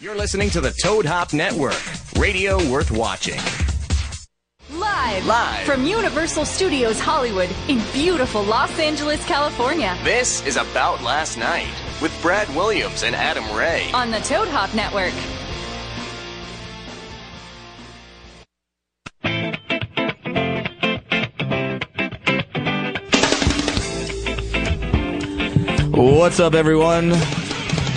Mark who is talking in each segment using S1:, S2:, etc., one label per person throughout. S1: You're listening to the Toad Hop Network, radio worth watching.
S2: Live,
S1: Live.
S2: from Universal Studios Hollywood in beautiful Los Angeles, California,
S1: This is About Last Night with Brad Williams and Adam Ray.
S2: on the Toad Hop Network.
S3: What's up, everyone?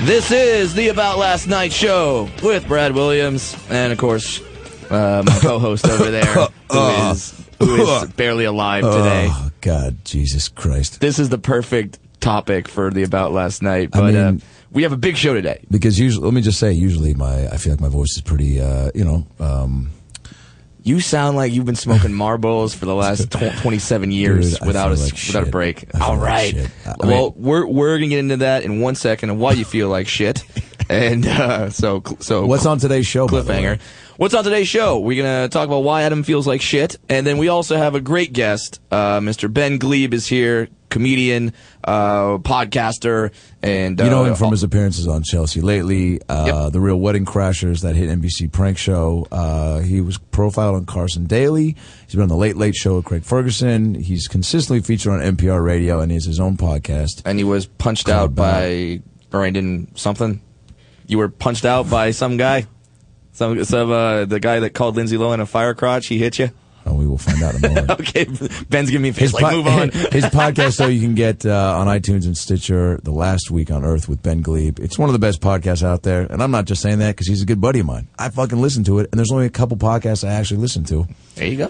S3: This is the About Last Night show with Brad Williams and, of course, uh, my co-host over there,
S4: Uh,
S3: who is, who is barely alive today.
S4: Oh God, Jesus Christ!
S3: This is the perfect topic for the About Last Night,
S4: I
S3: but uh,
S4: mean-
S3: we have a big show today.
S4: Because usually, let me just say, usually my I feel like my voice is pretty, uh, you know, um,
S3: You sound like you've been smoking Marlboros for the last tw- 27 years
S4: Dude, I
S3: without a
S4: feel
S3: s-
S4: like
S3: without a
S4: shit.
S3: break.
S4: I feel
S3: All
S4: like
S3: right.
S4: shit. I- I
S3: well,
S4: mean-
S3: we're we're gonna get into that in one second and why you feel like shit. And uh, so cl- so
S4: What's on today's show, by the
S3: cliffhanger.
S4: way?
S3: What's on today's show? We're gonna talk about why Adam feels like shit, and then we also have a great guest. Uh, Mr. Ben Glebe is here, comedian, uh, podcaster, and uh,
S4: you know him from his appearances on Chelsea lately, uh,
S3: Yep.
S4: the Real Wedding Crashers, that hit NBC prank show. Uh, he was profiled on Carson Daly. He's been on the Late Late Show with Craig Ferguson. He's consistently featured on NPR Radio, and he has his own podcast.
S3: and he was punched
S4: Called
S3: out by Brandon something. You were punched out by some guy, some some uh, the guy that called Lindsay Lohan a fire crotch. He hit you.
S4: And we will find out in a moment.
S3: Okay, Ben's giving me a face. Like,
S4: po-
S3: move on.
S4: his podcast, though, you can get uh, on iTunes and Stitcher. The Last Week on Earth with Ben Glebe. It's one of the best podcasts out there, and I'm not just saying that because he's a good buddy of mine. I fucking listen to it, and there's only a couple podcasts I actually listen to,
S3: There you go.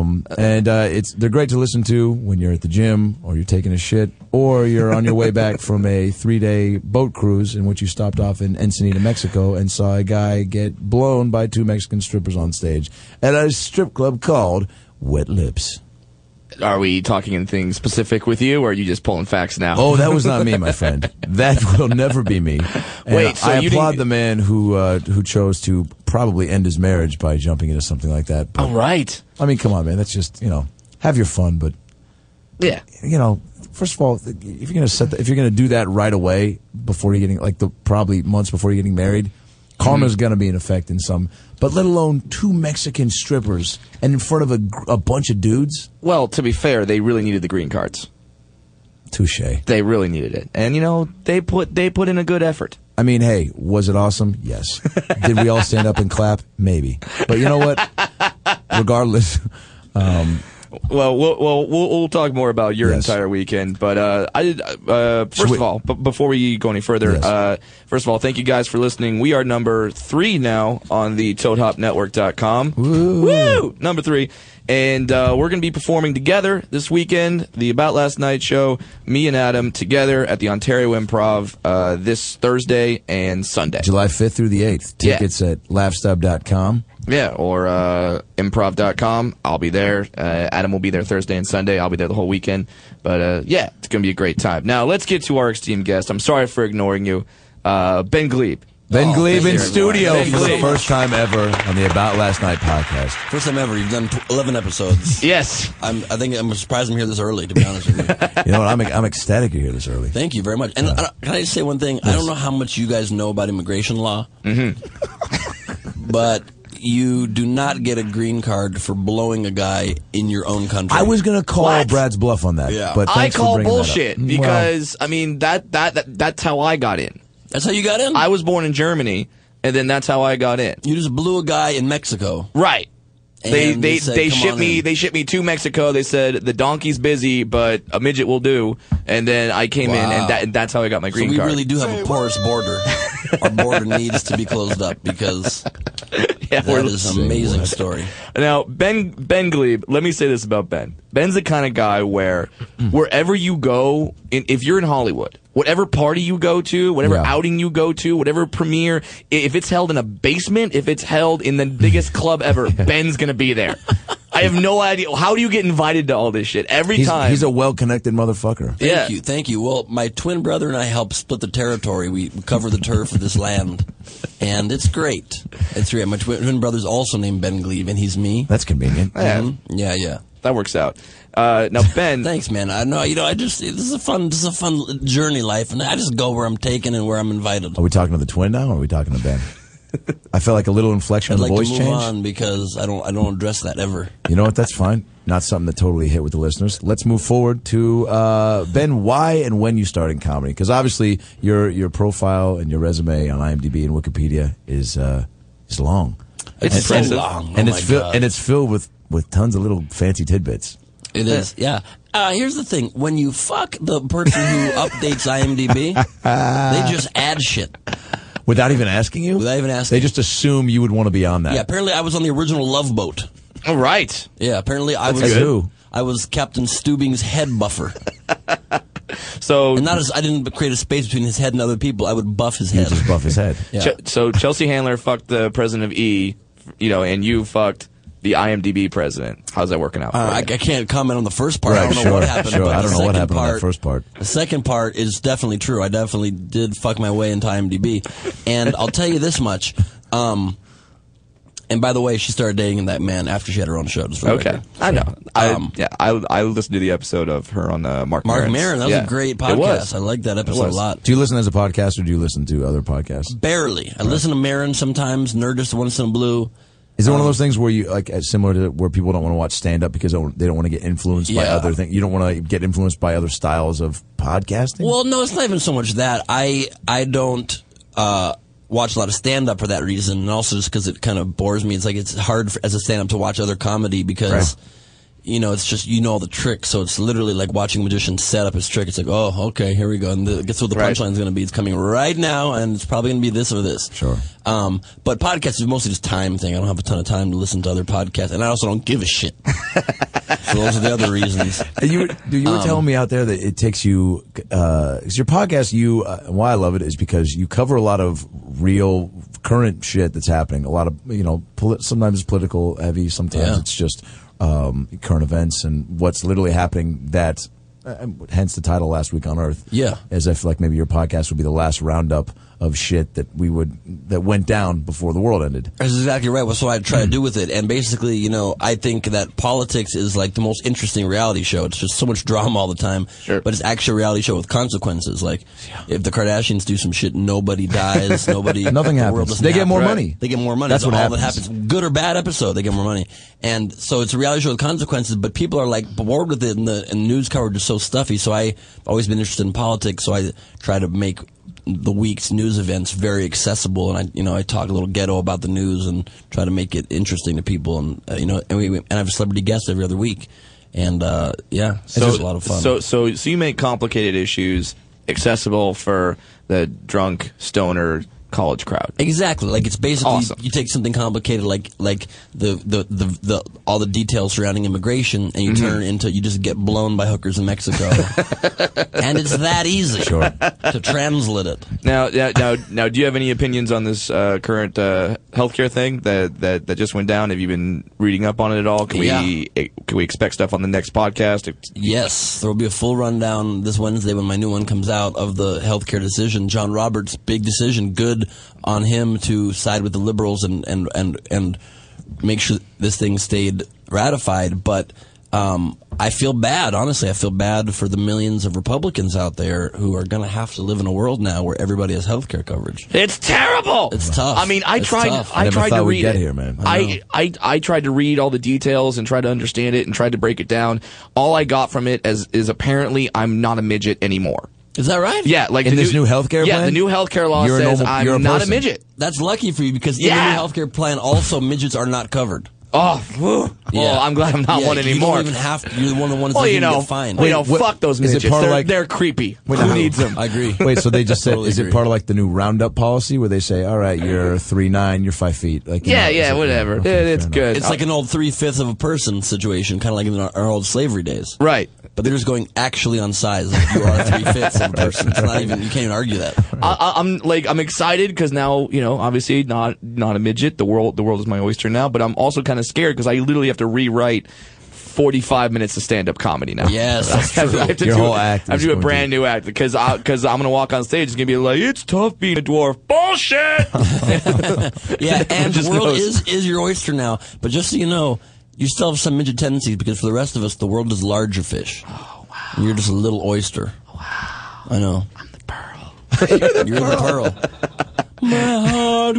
S4: and uh, it's they're great to listen to when you're at the gym or you're taking a shit or you're on your way back from a three day boat cruise in which you stopped off in Ensenada, Mexico, and saw a guy get blown by two Mexican strippers on stage at a strip club called Wet Lips.
S3: Are we talking in things specific with you, or are you just pulling facts now?
S4: Oh, that was not me, my friend. That will never be me. And
S3: Wait, so
S4: I
S3: you
S4: applaud
S3: didn't-
S4: the man who uh, who chose to probably end his marriage by jumping into something like that. But,
S3: all right.
S4: I mean, come on, man. That's just you know, have your fun, but
S3: Yeah.
S4: you know, first of all, if you're gonna set, the, if you're gonna do that right away before you're getting like the probably months before you're getting married, karma's
S3: Mm-hmm.
S4: gonna be in effect in some. But let alone two Mexican strippers and in front of a, gr- a bunch of dudes.
S3: Well, to be fair, they really needed the green cards.
S4: Touche.
S3: They really needed it, and you know they put they put in a good effort.
S4: I mean, hey, was it awesome? Yes. Did we all stand up and clap? Maybe. But you know what? Regardless, um,
S3: Well, we'll we'll, we'll, we'll talk more about your
S4: Yes.
S3: entire weekend, but uh, I did. Uh, first
S4: we-
S3: of all, b- before we go any further,
S4: Yes.
S3: uh, first of all, thank you guys for listening. We are number three now on the ToadHopNetwork.com. Woo! Woo! Number three, and uh, we're going to be performing together this weekend. The About Last Night show, me and Adam together at the Ontario Improv uh, this Thursday and Sunday.
S4: July 5th through the 8th.
S3: Yeah.
S4: Tickets at laughstub.com.
S3: Yeah, or uh, improv.com. I'll be there. Uh, Adam will be there Thursday and Sunday. I'll be there the whole weekend. But uh, yeah, it's going to be a great time. Now, let's get to our esteemed guest. I'm sorry for ignoring you. Uh, ben Glebe.
S4: Ben
S3: Oh,
S4: Glebe
S3: thank
S4: in
S3: you, everyone.
S4: studio
S3: Ben
S4: for the
S3: Glebe.
S4: first time ever on the About Last Night podcast.
S5: First time ever. You've done tw- 11 episodes.
S3: Yes.
S5: I'm, I think I'm surprised I'm here this early, to be honest with you.
S4: You know what? I'm, I'm ecstatic you're here this early.
S5: Thank you very much. And I don't- can I just say one thing? I don't know how much you guys know about immigration law,
S3: Mm-hmm.
S5: but you do not get a green card for blowing a guy in your own country.
S4: I was going to call
S3: What?
S4: Brad's bluff on that.
S5: Yeah.
S4: But
S3: I
S4: thanks for
S3: call
S4: bringing that up.
S3: bullshit
S4: Well,
S3: because, I mean, that, that, that that's how I got in.
S5: That's how you got in.
S3: I was born in Germany, and then that's how I got in.
S5: you just blew a guy in Mexico.
S3: Right. They
S5: And
S3: they
S5: they said,
S3: they
S5: "Come
S3: shipped
S5: on
S3: me
S5: in."
S3: they shipped me to Mexico. They said the donkey's busy, but a midget will do. And then I came in,
S5: Wow.
S3: and, that, and that's how I got my
S5: So
S3: green
S5: we
S3: card.
S5: really do have a porous border. Our border needs to be closed up because
S3: Yeah,
S5: that
S3: we're-
S5: is an amazing story.
S3: Now, Ben Ben Glebe, let me say this about Ben. Ben's the kind of guy where
S4: Mm.
S3: wherever you go, in, if you're in Hollywood, whatever party you go to, whatever
S4: Yeah.
S3: outing you go to, whatever premiere, i- if it's held in a basement, if it's held in the biggest club ever, Ben's gonna be there. I have no idea. How do you get invited to all this shit every
S4: He's,
S3: time?
S4: he's a well connected motherfucker.
S5: Thank
S3: Yeah.
S5: you, thank you. Well, my twin brother and I help split the territory. We cover the turf of this land, and it's great. It's great. My twin, twin brother's also named Ben Glebe, and he's me.
S4: That's convenient.
S3: Yeah.
S5: Mhm. Yeah, yeah.
S3: that works out. Uh, now Ben,
S5: Thanks, man. I know you know. I just this is a fun, this is a fun journey life, and I just go where I'm taken and where I'm invited.
S4: Are we talking to the twin now, or are we talking to Ben? I felt like a little inflection
S5: I'd
S4: of the
S5: like
S4: voice
S5: to move
S4: change.
S5: on because I don't, I don't address that ever.
S4: You know what? That's fine. Not something that totally hit with the listeners. Let's move forward to uh, Ben. Why and when you started in comedy? Because obviously your your profile and your resume on IMDb and Wikipedia is uh, is long.
S3: It's
S4: And-
S5: so
S3: impressive.
S5: long.
S4: and
S5: Oh
S4: it's
S5: my
S4: fill-
S5: God.
S4: and it's filled with with tons of little fancy tidbits.
S5: It is, yeah. Uh, here's the thing: when you fuck the person who updates IMDb, they just add shit.
S4: Without even asking you?
S5: Without even asking.
S4: They just assume you would want to be on that.
S5: Yeah, apparently I was on the original Love Boat.
S3: all right,
S5: Yeah, apparently I
S4: That's
S5: was
S4: good. Who?
S5: I was Captain Stubing's head buffer,
S3: so
S5: and not as I didn't create a space between his head and other people. I would buff his
S4: You
S5: head.
S4: just buff his head.
S5: Yeah.
S3: Ch- so Chelsea Handler fucked the president of E, you know, and you fucked the IMDb president. How's that working out? for
S5: Uh, I, I
S3: you?
S5: can't comment on the first part. I
S4: Right,
S5: don't know
S4: sure,
S5: what happened.
S4: sure.
S5: but
S4: I
S5: the
S4: don't know what
S5: second
S4: happened on that first part.
S5: The second part is definitely true. I definitely did fuck my way into IMDb, and I'll tell you this much. Um, and by the way, she started dating that man after she had her own show. Just for the
S3: Okay,
S5: record.
S3: I know. I,
S5: Um,
S3: yeah, I I listened to the episode of her on uh, Mark
S5: Mark
S3: Maron's.
S5: Maron, that was
S3: Yeah.
S5: a great
S3: It was.
S5: podcast. I like that episode a
S3: was.
S5: lot.
S4: Do you listen as a podcast or do you listen to other podcasts?
S5: Barely. I listen to Marin sometimes, Nerdist once in blue.
S4: Is it
S5: Um,
S4: one of those things where you like uh, similar to where people don't want to watch stand up because they don't, they don't want to get influenced by
S5: Yeah.
S4: other things? You don't want to get influenced by other styles of podcasting.
S5: Well, no, it's not even so much that I I don't uh, watch a lot of stand up for that reason, and also just because it kind of bores me. It's like it's hard for, as a stand up to watch other comedy because. You know, it's just you know all the tricks, so it's literally like watching a magician set up his trick. It's like, oh, okay, here we go, and the, guess what the
S3: Right.
S5: punchline's going to be? It's coming right now, and it's probably going to be this or this.
S4: Sure.
S5: Um, but podcasts is mostly just time thing. I don't have a ton of time to listen to other podcasts, and I also don't give a shit. so those are the other reasons.
S4: And Uh, you were, dude, you were telling
S5: Um,
S4: me out there that it takes you uh 'cause your podcast you uh, and why I love it is because you cover a lot of real current shit that's happening a lot of you know poli- sometimes it's political heavy sometimes
S5: Yeah.
S4: it's just um, current events and what's literally happening that uh, hence the title last week on earth
S5: Yeah.
S4: as if like maybe your podcast would be the last roundup of shit that we would that went down before the world ended
S5: That's exactly right. That's what I try to do with it. And basically, you know, I think that politics is like the most interesting reality show. It's just so much drama all the time.
S3: Sure.
S5: But it's actually a reality show with consequences. Like, if the Kardashians do some shit, nobody dies. Nobody.
S4: Nothing
S5: the
S4: happens.
S5: world doesn't
S4: They get
S5: happen.
S4: more Right. money.
S5: They get more money.
S4: That's what
S5: all
S4: happens.
S5: that happens. Good or bad episode, they get more money. And so it's a reality show with consequences. But people are like bored with it, and the and news coverage is so stuffy. So I've always been interested in politics. So I try to make the week's news events very accessible and I you know I talk a little ghetto about the news and try to make it interesting to people and uh, you know and we, we- and I have a celebrity guest every other week and uh yeah it's just a lot of fun
S3: So so so you make complicated issues accessible for the drunk stoner college crowd.
S5: Exactly. Like it's basically
S3: Awesome.
S5: you take something complicated like like the the, the, the all the details surrounding immigration and you turn it into you just get blown by hookers in Mexico. and it's that easy to translate it.
S3: Now, now, now, now, do you have any opinions on this uh, current uh, healthcare thing that, that, that just went down? Have you been reading up on it at all? Can we eh, can we expect stuff on the next podcast?
S5: Yes, there will be a full rundown this Wednesday when my new one comes out of the healthcare decision. John Roberts' big decision. Good on him to side with the liberals and and and and make sure this thing stayed ratified. But um, I feel bad. Honestly, I feel bad for the millions of Republicans out there who are going to have to live in a world now where everybody has healthcare coverage.
S3: It's terrible.
S5: It's tough.
S3: I mean, I
S5: It's
S3: tried.
S5: tough.
S3: I,
S5: I
S4: never
S3: tried to
S4: thought we'd
S3: read
S4: get
S3: it.
S4: here, man.
S3: I, I I tried to read all the details and tried to understand it and tried to break it down. All I got from it is is apparently I'm not a midget anymore.
S5: Is that right?
S3: Yeah, like
S4: In
S3: the
S4: this new healthcare
S3: yeah,
S4: plan?
S3: the new healthcare law
S4: You're a
S3: says
S4: normal-
S3: I'm
S4: you're a
S3: not a
S4: person.
S3: midget.
S5: That's lucky for you because in
S3: Yeah.
S5: the new healthcare plan, also midgets are not covered.
S3: Oh, whew. well,
S5: Yeah.
S3: I'm glad I'm not
S5: Yeah,
S3: one anymore.
S5: You don't even have to. You're the one of the ones
S3: well,
S5: that
S3: you
S5: didn't
S3: know,
S5: get fined.
S3: you know,
S4: what-
S3: fuck those
S4: is it
S3: midgets.
S4: part of
S3: They're,
S4: like-
S3: they're creepy.
S4: Wait,
S3: Who
S4: no.
S3: needs them?
S5: I agree.
S4: Wait, so they just said,
S5: Totally
S4: is it
S5: agree.
S4: part of like the new roundup policy where they say, all right, you're three nine, you're five feet? Like, you
S3: yeah,
S4: know, is
S3: yeah,
S4: it-
S3: whatever.
S4: okay,
S3: It-
S4: fair
S3: it's
S4: enough.
S3: good.
S5: It's like an old three fifth of a person situation, kind of like in our, our old slavery days.
S3: right.
S5: But they're just going actually on size. Like you are three fifths of a person. It's not even. You can't even argue that.
S3: I, I- I'm like I'm excited because now you know obviously not not a midget. The world the world is my oyster now, but I'm also kind of scared because I literally have to rewrite. 45 minutes of stand-up comedy now.
S5: Yes, that's
S3: I have,
S5: true.
S3: I have to
S4: Your
S3: do,
S4: whole act
S3: I have
S4: is
S3: to do a
S4: going
S3: brand new act because I, cause I'm going to walk on stage. It's going to be like, it's tough being a dwarf. Bullshit!
S5: Yeah, and the
S3: Just
S5: world
S3: knows.
S5: is is your oyster now. But just so you know, You still have some midget tendencies because for the rest of us, the world is larger fish. Oh, wow. You're just a little oyster. Wow. I know. I'm the pearl. You're the pearl. My heart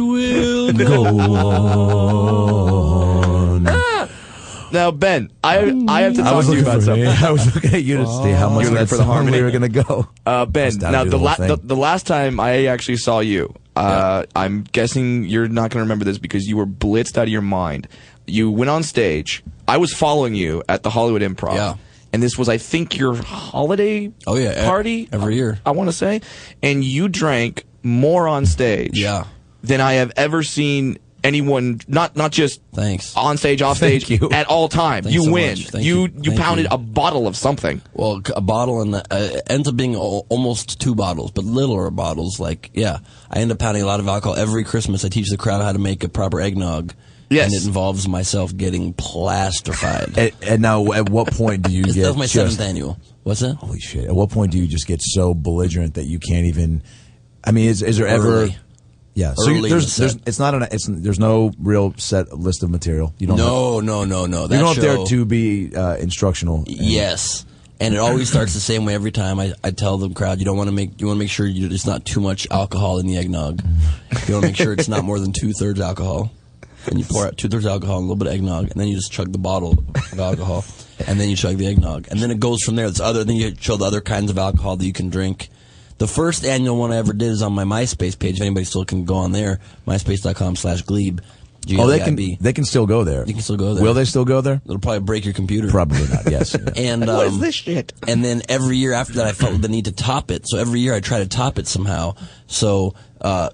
S5: will go
S3: Now, Ben, I I have to
S4: I
S3: talk
S4: was
S3: to you
S4: looking
S3: about
S4: for
S3: something. Oh.
S4: I was looking at you to see how much
S3: You were looking
S4: that
S3: for the
S4: song
S3: harmony.
S4: we were going to go.
S3: Uh, ben,
S4: Just down
S3: now
S4: to do
S3: the,
S4: the
S3: la-
S4: whole
S3: the,
S4: thing.
S3: the last time I actually saw you, uh, I'm guessing you're not going to remember this because you were blitzed out of your mind. You went on stage. I was following you at the Hollywood Improv.
S5: Yeah.
S3: And this was, I think, your holiday
S5: Oh, yeah, e-
S3: party
S5: every year.
S3: I, want to say. And you drank more on stage
S5: Yeah.
S3: than I have ever seen anyone, not not just
S5: Thanks.
S3: on stage, off
S4: Thank
S3: stage,
S4: you.
S3: at all time.
S5: Thanks
S3: you
S5: so
S3: win.
S5: much. Thank
S3: you
S5: you.
S3: you,
S5: Thank
S3: pounded
S5: you.
S3: a bottle of something.
S5: Well, c- a bottle and uh, it ends up being al- almost two bottles, but littler bottles. Like, yeah, I end up pounding a lot of alcohol every Christmas. I teach the crowd how to make a proper eggnog.
S3: Yes.
S5: and it involves myself getting plastified.
S4: And, and now, at what point do you
S5: It's-
S4: get
S5: that was my
S4: just-
S5: seventh annual. What's that?
S4: Holy shit! At what point do you just get so belligerent that you can't even? I mean, is is there ever?
S5: Early.
S4: Yeah. So you-
S5: Early in the
S4: there's,
S5: set.
S4: there's it's not an it's there's no real set list of material. You don't.
S5: No, no, no, no.
S4: Have,
S5: That
S4: you're not
S5: show-
S4: there to be uh, instructional. and-
S5: Yes. And it always starts the same way every time. I, I tell the crowd, you don't want to make you want to make sure you, it's not too much alcohol in the eggnog. You want to make sure it's not more than two thirds alcohol. And you pour out two thirds alcohol and a little bit of eggnog, and then you just chug the bottle of alcohol, and then you chug the eggnog, and then it goes from there. It's other then you show the other kinds of alcohol that you can drink. The first annual one I ever did is on my MySpace page. If anybody still can go on there, myspace.com/slash glebe.
S4: Oh, they can they can still go there. You
S5: can still go there.
S4: Will they still go there?
S5: It'll probably break your computer.
S4: Probably not. Yes. Yeah.
S5: And um,
S3: shit?
S5: and then every year after that, I felt the need to top it. So every year I try to top it somehow. So uh,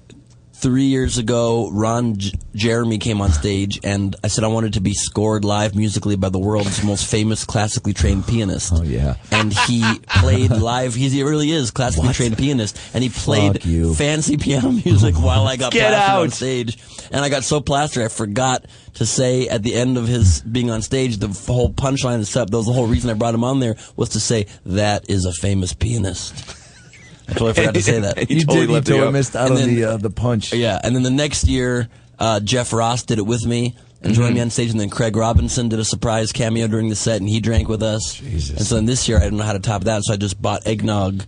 S5: three years ago, Ron J- Jeremy came on stage, and I said I wanted to be scored live musically by the world's most famous classically trained pianist.
S4: Oh, yeah.
S5: and he played live. He, he really is classically trained pianist, and he played
S4: Fuck you.
S5: fancy piano music while I got
S3: Get
S5: plastered on
S3: out.
S5: stage, and I got so plastered I forgot to say at the end of his being on stage the f- whole punchline and stuff. That was the whole reason I brought him on there was to say that is a famous pianist. I totally forgot to say that.
S3: He totally
S4: did.
S3: left it
S4: you totally
S3: up.
S4: missed out
S5: And
S4: on
S5: then-
S4: the uh, the punch.
S5: Yeah, and then the next year, uh, Jeff Ross did it with me and
S3: Mm-hmm.
S5: joined me on stage, and then Craig Robinson did a surprise cameo during the set, and he drank with us. Jesus. And so then this year, I didn't know how to top that, so I just bought eggnog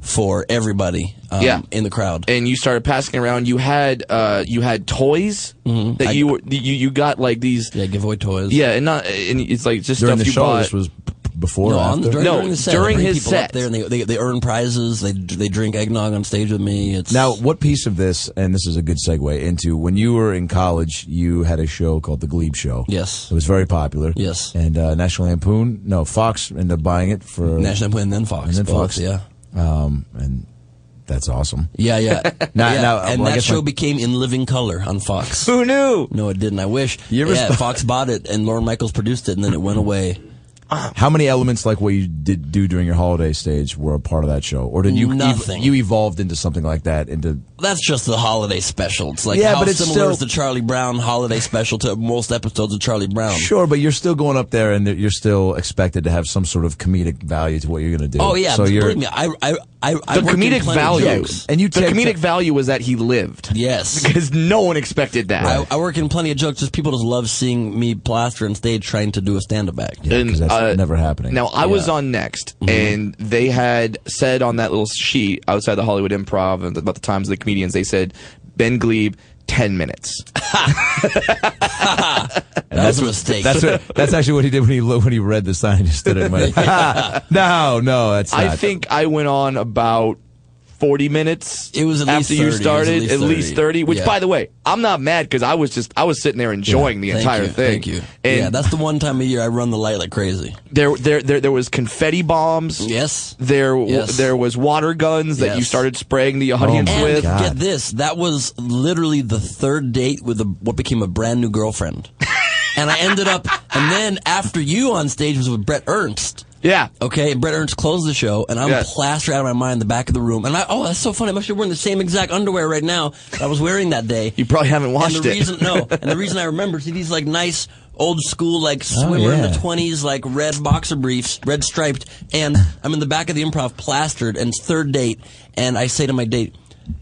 S5: for everybody um,
S3: Yeah. Eh.
S5: in the crowd.
S3: and you started passing around. You had uh, you had toys
S4: Mm-hmm.
S3: that you were you you got like these
S5: yeah, give away toys.
S3: yeah, and not and it's like just
S4: During
S3: stuff
S4: the
S3: you
S4: show,
S3: bought.
S4: this was b- before.
S5: No,
S4: or
S5: on,
S4: after?
S5: during,
S3: No,
S5: during the set,
S3: during
S5: I bring
S3: his
S5: people
S3: set.
S5: up there, and they, they they earn prizes. They they drink eggnog on stage with me. It's
S4: Now, what piece of this, and this is a good segue into when you were in college, you had a show called The Glebe Show.
S5: Yes.
S4: It was very popular.
S5: Yes.
S4: And uh, National Lampoon, no, Fox ended up buying it for.
S5: National Lampoon and then Fox,
S4: And then
S5: both,
S4: Fox.
S5: yeah.
S4: Um, and that's awesome.
S5: Yeah, yeah.
S4: Now-
S5: yeah.
S4: now, uh,
S5: and
S4: well, I
S5: that
S4: guess
S5: show
S4: my-
S5: became In Living Color on Fox.
S3: Who knew?
S5: No, it didn't. I wish.
S4: You ever
S5: yeah,
S4: st-
S5: Fox bought it, and Lauren Michaels produced it, and then it went away.
S4: How many elements like what you did do during your holiday stage were a part of that show? Or did you.
S5: Nothing.
S4: you evolved into something like that, into.
S5: That's just the holiday special. It's like
S4: Yeah,
S5: how
S4: but it's
S5: similar
S4: still-
S5: is the Charlie Brown holiday special to most episodes of Charlie Brown?
S4: Sure, but you're still going up there and you're still expected to have some sort of comedic value to what you're going to do.
S5: Oh yeah,
S4: So you're.
S5: believe me, I I I, I
S3: The
S5: worked in
S3: comedic
S5: plenty of
S3: value,
S5: jokes.
S4: And you
S3: the
S4: take-
S3: comedic value was that he lived.
S5: Yes.
S3: because no one expected that.
S5: I, I work in plenty of jokes. Just people just love seeing me plaster on stage trying to do a stand up act.
S4: Yeah, 'cause that's never happening.
S3: uh,
S4: Mm-hmm.
S3: Now I was on Next, and they had said on that little sheet outside the Hollywood Improv and about the times of the comedians, they said Ben Glebe ten minutes.
S5: That's a mistake.
S4: That's what, that's actually what he did when he lo- when he read the sign. He just stood there and went, "Ha, "No, no, that's not."
S3: I think I went on about 40 minutes.
S5: It was at least
S3: after you
S5: 30, it was
S3: started,
S5: at least 30,
S3: Which,
S5: yeah.
S3: by the way, I'm not mad because I was just I was sitting there enjoying the
S5: Thank
S3: entire
S5: you,
S3: thing.
S5: Thank you.
S3: And
S5: yeah, that's the one time a year I run the light like crazy.
S3: there, there, there, there was confetti bombs.
S5: Yes.
S3: There, w-
S5: Yes.
S3: there was water guns that you
S5: Yes. Oh
S3: started spraying the audience
S4: my
S5: And
S3: with.
S4: God.
S5: get this, that was literally the third date with a, what became a brand new girlfriend. and I ended up, and then after you on stage was with Brett Ernst.
S3: Yeah.
S5: Okay, and Brett Ernst closed the show, and I'm
S3: Yes.
S5: plastered out of my mind in the back of the room. And I, oh, that's so funny. I'm actually wearing the same exact underwear right now that I was wearing that day.
S3: You probably haven't
S5: and
S3: watched
S5: the
S3: it.
S5: Reason, no, and the reason I remember see these like nice old school like
S3: Oh,
S5: swimmer in
S4: yeah.
S5: the twenties like red boxer briefs, red striped, and I'm in the back of the improv plastered and it's third date, and I say to my date, "Do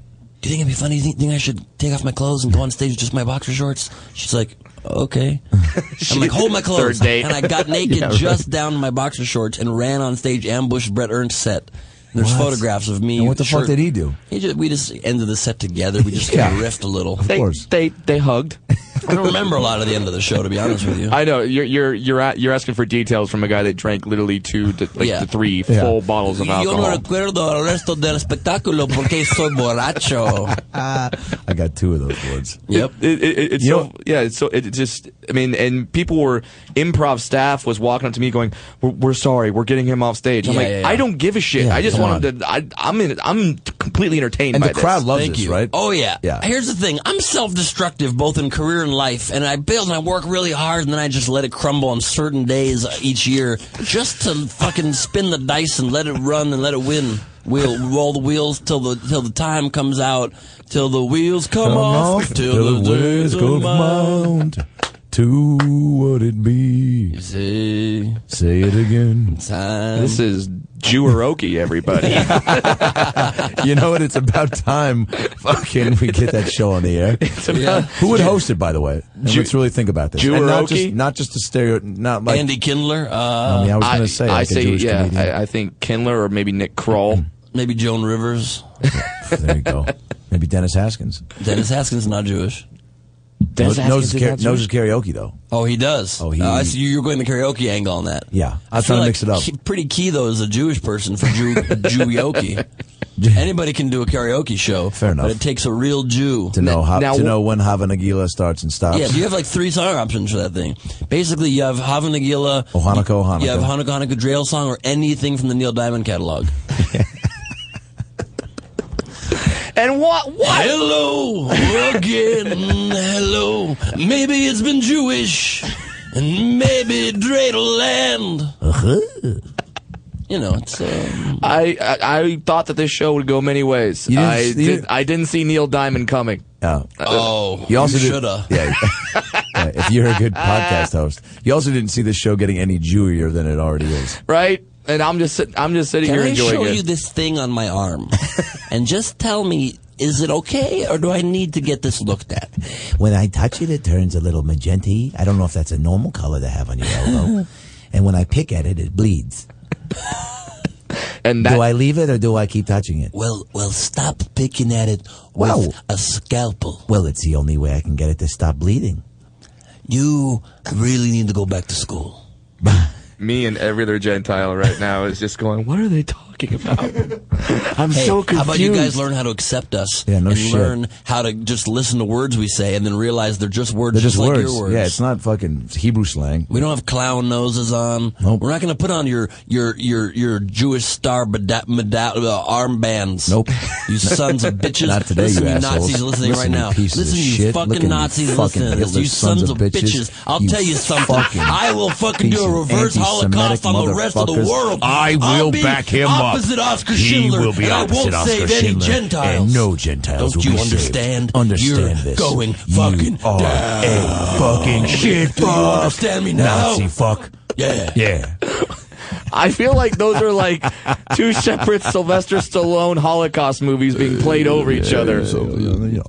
S5: you think it'd be funny? Do you think I should take off my clothes and go on stage with just my boxer shorts?" She's like. okay. I'm like, hold my clothes.
S3: Third date.
S5: And I got naked
S4: Yeah,
S5: just down to my boxer shorts and ran on stage, ambushed Brett Ernst's set. And there's
S4: What?
S5: photographs of me.
S4: And what the fuck
S5: shirt-
S4: did he do?
S5: He just, we just ended the set together. We just kind
S4: Yeah.
S5: of riffed a little.
S4: Of course.
S3: They they hugged.
S5: I don't remember a lot of the end of the show, to be honest with you.
S3: I know you're you're you're at, you're asking for details from a guy that drank literally two to like
S5: Yeah.
S3: to three
S4: Yeah.
S3: full bottles of
S5: Yo no
S3: alcohol.
S5: recuerdo el resto del espectáculo porque soy borracho.
S4: I got two of those words.
S5: yep.
S3: It, it, it, it's
S4: You
S3: so
S4: know-
S3: yeah. It's so it it just. I mean, and people were improv staff was walking up to me going, "We're, we're sorry, we're getting him off stage." I'm
S5: Yeah,
S3: like,
S5: yeah, yeah.
S3: I don't give a shit.
S4: Yeah,
S3: I just
S4: come
S3: want him to. I, I'm in. I'm completely entertained.
S4: And
S3: by
S4: the
S3: this.
S4: crowd loves
S5: Thank
S4: this,
S5: you.
S4: right?
S5: Oh yeah.
S4: Yeah.
S5: Here's the thing. I'm self-destructive both in career and life, and I build and I work really hard, and then I just let it crumble on certain days each year, just to fucking spin the dice and let it run and let it win. We'll roll the wheels till the till the time comes out, till the wheels come, off, till the days come out.
S4: to what it be.
S5: See,
S4: Say it again.
S5: time.
S3: This is Jeweroki, everybody.
S4: you know what? It's about time fucking we get that show on the air. Who would host it, by the way? And
S3: Ju-
S4: let's really think about this.
S3: Jew
S4: and
S3: or
S4: not
S3: Okie?
S4: just not just a stereo, not like.
S5: Andy Kindler, uh,
S4: I mean, I was going
S3: I,
S4: to say,
S3: I
S4: like a
S3: say
S4: Jewish
S3: yeah.
S4: comedian.
S3: I, I think Kindler or maybe Nick Kroll.
S5: maybe Joan Rivers.
S4: there you go. Maybe Dennis Haskins.
S5: Dennis Haskins is not Jewish.
S4: Knows, knows, his, kara- knows his karaoke though.
S5: Oh, he does.
S4: Oh, he-
S5: Uh, I see you- you're going the karaoke angle on that.
S4: Yeah. I was
S5: feel
S4: trying to mix it up.
S5: Ki- pretty key though is a Jewish person for Jew Jewyoki. Anybody can do a karaoke show.
S4: Fair enough.
S5: But it takes a real Jew.
S4: To know how
S3: now
S4: to
S3: wh-
S4: know when Hava Nagila starts and stops.
S5: Yeah, you have like three song options for that thing. Basically, you have Hava Nagila,
S4: Oh, Hanukkah, oh, Hanukkah.
S5: you have Hanukkah, Hanukkah Drail song, or anything from the Neil Diamond catalog.
S3: And what what?
S5: Hello again, hello. Maybe it's been Jewish, and maybe Dreidel land.
S4: Uh-huh.
S5: you know, it's. Um,
S3: I, I I thought that this show would go many ways.
S4: You didn't
S3: I
S4: see
S3: did,
S4: it?
S3: I didn't see Neil Diamond coming.
S4: Yeah.
S5: Oh,
S4: You also did-
S5: shoulda.
S4: Yeah. Yeah, If you're a good podcast host, you also didn't see this show getting any Jewier than it already is.
S3: right? And I'm just sit- I'm just sitting
S5: Can
S3: here
S5: I
S3: enjoying
S5: show
S3: it.
S5: you this thing on my arm, and just tell me, is it okay, or do I need to get this looked at?
S6: When I touch it, it turns a little magenta. I don't know if that's a normal color to have on your elbow. and when I pick at it, it bleeds.
S3: and that
S6: do I leave it or do I keep touching it?
S5: Well, well, stop picking at it with
S6: Wow.
S5: a scalpel.
S6: Well, it's the only way I can get it to stop bleeding.
S5: You really need to go back to school.
S3: me and every other Gentile right now is just going, what are they talking about? I'm
S5: Hey,
S3: so confused.
S5: how about you guys learn how to accept us
S4: Yeah, no
S5: and
S4: shit.
S5: learn how to just listen to words we say and then realize they're just words,
S4: They're just
S5: like
S4: words.
S5: your words.
S4: Yeah, it's not fucking Hebrew slang.
S5: We don't have clown noses on.
S4: Nope.
S5: We're not going to put on your your your your Jewish star beda- meda- uh, armbands.
S4: Nope.
S5: You sons of bitches.
S4: Not today,
S5: listen,
S4: you
S5: you
S4: assholes.
S5: Nazis listening
S4: Listen,
S5: right
S4: you
S5: now.
S4: pieces of
S5: listen, you
S4: shit.
S5: fucking
S4: Look at you
S5: Nazis
S4: fucking
S5: listening to this.
S4: Hitler
S5: You sons, of bitches. I'll
S4: You
S5: tell you something.
S4: fucking
S5: I will fucking do
S4: piece of
S5: a reverse
S4: anti-Semitic
S5: Holocaust on the rest of the
S4: motherfuckers.
S5: world.
S7: I will
S5: I'll be
S7: back him up.
S5: opposite Oscar
S7: He
S5: Schindler.
S7: will be
S5: and I won't
S7: opposite Oscar
S5: save any
S7: Schindler.
S5: Gentiles.
S4: And no Gentiles
S5: Don't
S4: will
S5: you
S4: be saved.
S5: understand?
S4: Understand
S5: You're
S4: this.
S5: going
S4: You
S5: fucking
S4: are
S5: down.
S4: a
S7: fucking shit
S5: Do you understand me now?
S4: Nazi fuck.
S5: Yeah.
S4: Yeah.
S3: I feel like those are like two separate Sylvester Stallone Holocaust movies being played over each other.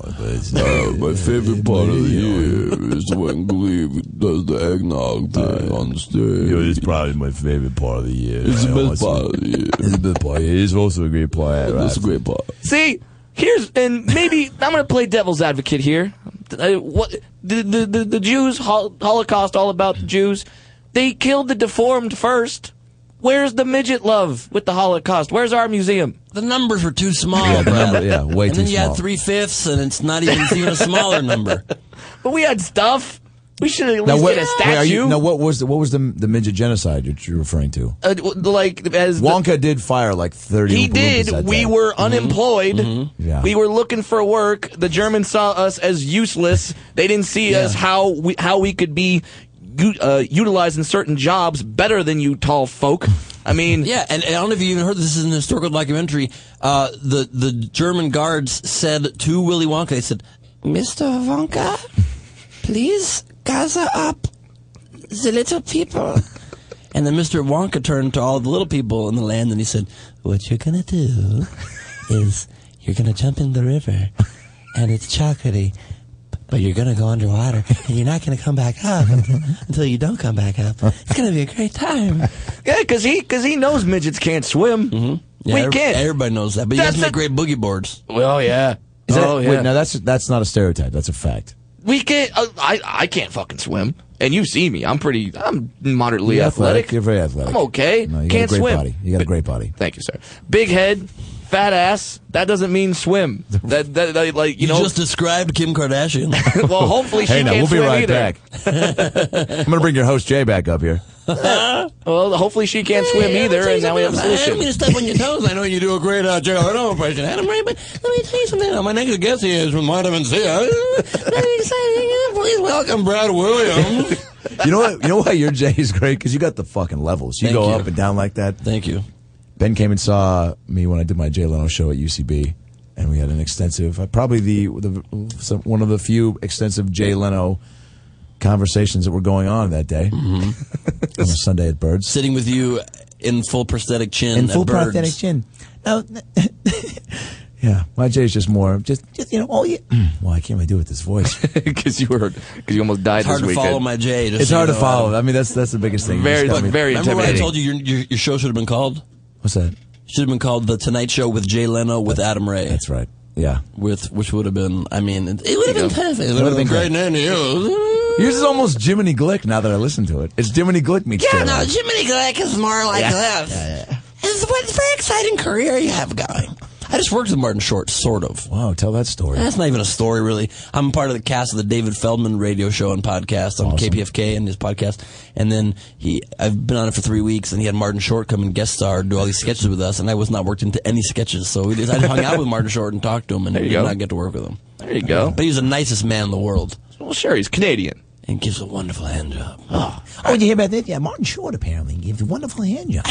S8: My favorite part of the year is when Gleave does the eggnog thing on
S7: Yo,
S8: stage.
S7: this is probably my favorite part of the year.
S8: It's the
S7: right?
S8: best
S7: Honestly.
S8: part of the year.
S7: It's the best part. It is also a great part. Right?
S8: It's a great part.
S3: See, here's and maybe I'm gonna play devil's advocate here. Uh, What the the the, the Jews hol- Holocaust all about the Jews? They killed the deformed first. Where's the midget love with the Holocaust? Where's our museum?
S5: The numbers were too small,
S4: Yeah, the
S5: Brad.
S4: number- yeah, way
S5: and then
S4: too
S5: you
S4: small.
S5: had three fifths, and it's not even it's even a smaller number.
S3: But we had stuff. We should at least
S4: Now what,
S3: get a
S4: wait, are
S3: statue.
S4: you, now what was the, what was the the midget genocide that you're referring to?
S3: uh, w- like as the-
S4: Wonka did fire like thirty.
S3: he
S4: Oompa Loompas
S3: did.
S4: that
S3: We
S4: day.
S3: were unemployed.
S4: Yeah.
S3: We were looking for work. The Germans saw us as useless. They didn't see us how we how we could be u- uh, utilizing certain jobs better than you tall folk. I mean,
S5: Yeah, and, and I don't know if you even heard this is an historical documentary. Uh, the the German guards said to Willy Wonka, they said, "Mister Wonka, please gather up the little people." And then Mr. Wonka turned to all the little people in the land and he said, "What you're gonna do is you're gonna jump in the river, and it's chocolatey, but you're going to go underwater and you're not going to come back up until, until you don't come back up. It's going to be a great time.
S3: Yeah, because he, cause he knows midgets can't swim.
S5: Yeah,
S3: we
S5: every-
S3: can't.
S5: Everybody knows that, but you
S3: That's
S5: guys make
S3: a-
S5: great boogie boards.
S3: well, yeah.
S4: Is that,
S3: oh, yeah.
S4: Wait, now that's that's not a stereotype. That's a fact.
S3: we can't. Uh, I, I can't fucking swim. And you see me. I'm pretty. I'm moderately
S4: You're
S3: athletic.
S4: You're very athletic.
S3: I'm okay.
S4: No, you got
S3: can't
S4: a great
S3: swim.
S4: body. You got a great body.
S3: Thank you, sir. Big head, fat ass. That doesn't mean swim. That that, that, like you,
S5: You,
S3: know.
S5: just described Kim Kardashian.
S3: well, hopefully she
S4: Hey, now
S3: can't
S4: we'll be
S3: swim
S4: right
S3: either.
S4: back. I'm gonna bring your host Jay back up here.
S3: Well, hopefully she can't swim either, and now we have a
S5: I'm going to
S3: solution.
S5: step on your toes. I know you do a great uh, Jay Leno impression, Adam Ray, but let me tell you something. Uh, My next guest here is from Vitamin C. Uh, Very exciting. Uh, Please welcome Brad Williams.
S4: You know what? You know why your Jay is great? Because you got the fucking levels. You
S5: Thank
S4: go
S5: you.
S4: up and down like that.
S5: Thank you.
S4: Ben came and saw me when I did my Jay Leno show at UCB, and we had an extensive, uh, probably the, the some, one of the few extensive Jay Leno conversations that were going on that day
S3: Mm-hmm.
S4: on a Sunday at Birds.
S5: Sitting with you in full prosthetic chin.
S6: and
S5: at
S6: full
S5: Birds.
S6: prosthetic chin. No,
S4: Yeah, my Jay's just more just.
S6: just you know, oh yeah.
S4: Why can't I do it with this voice?
S3: Because you were, because you almost died
S5: It's hard
S3: this
S5: to
S3: weekend.
S5: follow my Jay. just
S4: it's
S5: so
S4: hard
S5: you
S4: to
S5: know, Adam.
S4: follow. I mean, that's that's the biggest thing. You
S3: Very-
S4: just gotta be-
S3: very
S5: Remember when I
S3: intimidating.
S5: told you your, your, your show should have been called?
S4: What's that?
S5: Should have been called The Tonight Show with Jay Leno with Adam Ray.
S4: That's right. Yeah.
S5: With which would have been, I mean, it, it would have been perfect. It would
S4: would've
S5: have been
S4: been
S5: great. name to you.
S4: Yours is almost Jiminy Glick. Now that I listen to it, it's Jiminy Glick meets Jay
S5: Yeah,
S4: Leno.
S5: no, Jiminy Glick is more like this. It's what it's a very exciting career you have going. I just worked with Martin Short, sort of.
S4: Wow, tell that story.
S5: That's not even a story, really. I'm part of the cast of the David Feldman radio show and podcast on KPFK and his podcast. And then he, I've been on it for three weeks, and he had Martin Short come and guest star, do all these sketches with us, and I was not worked into any sketches. So we just, I hung out with Martin Short and talked to him, and
S3: There
S5: did
S3: you go.
S5: not get to work with him.
S3: There you go.
S5: But he was the nicest man in the world,
S3: Well, sure, he's Canadian.
S5: and gives a wonderful hand job.
S6: Oh, did you hear about that? Yeah, Martin Short apparently gives wonderful hand jobs,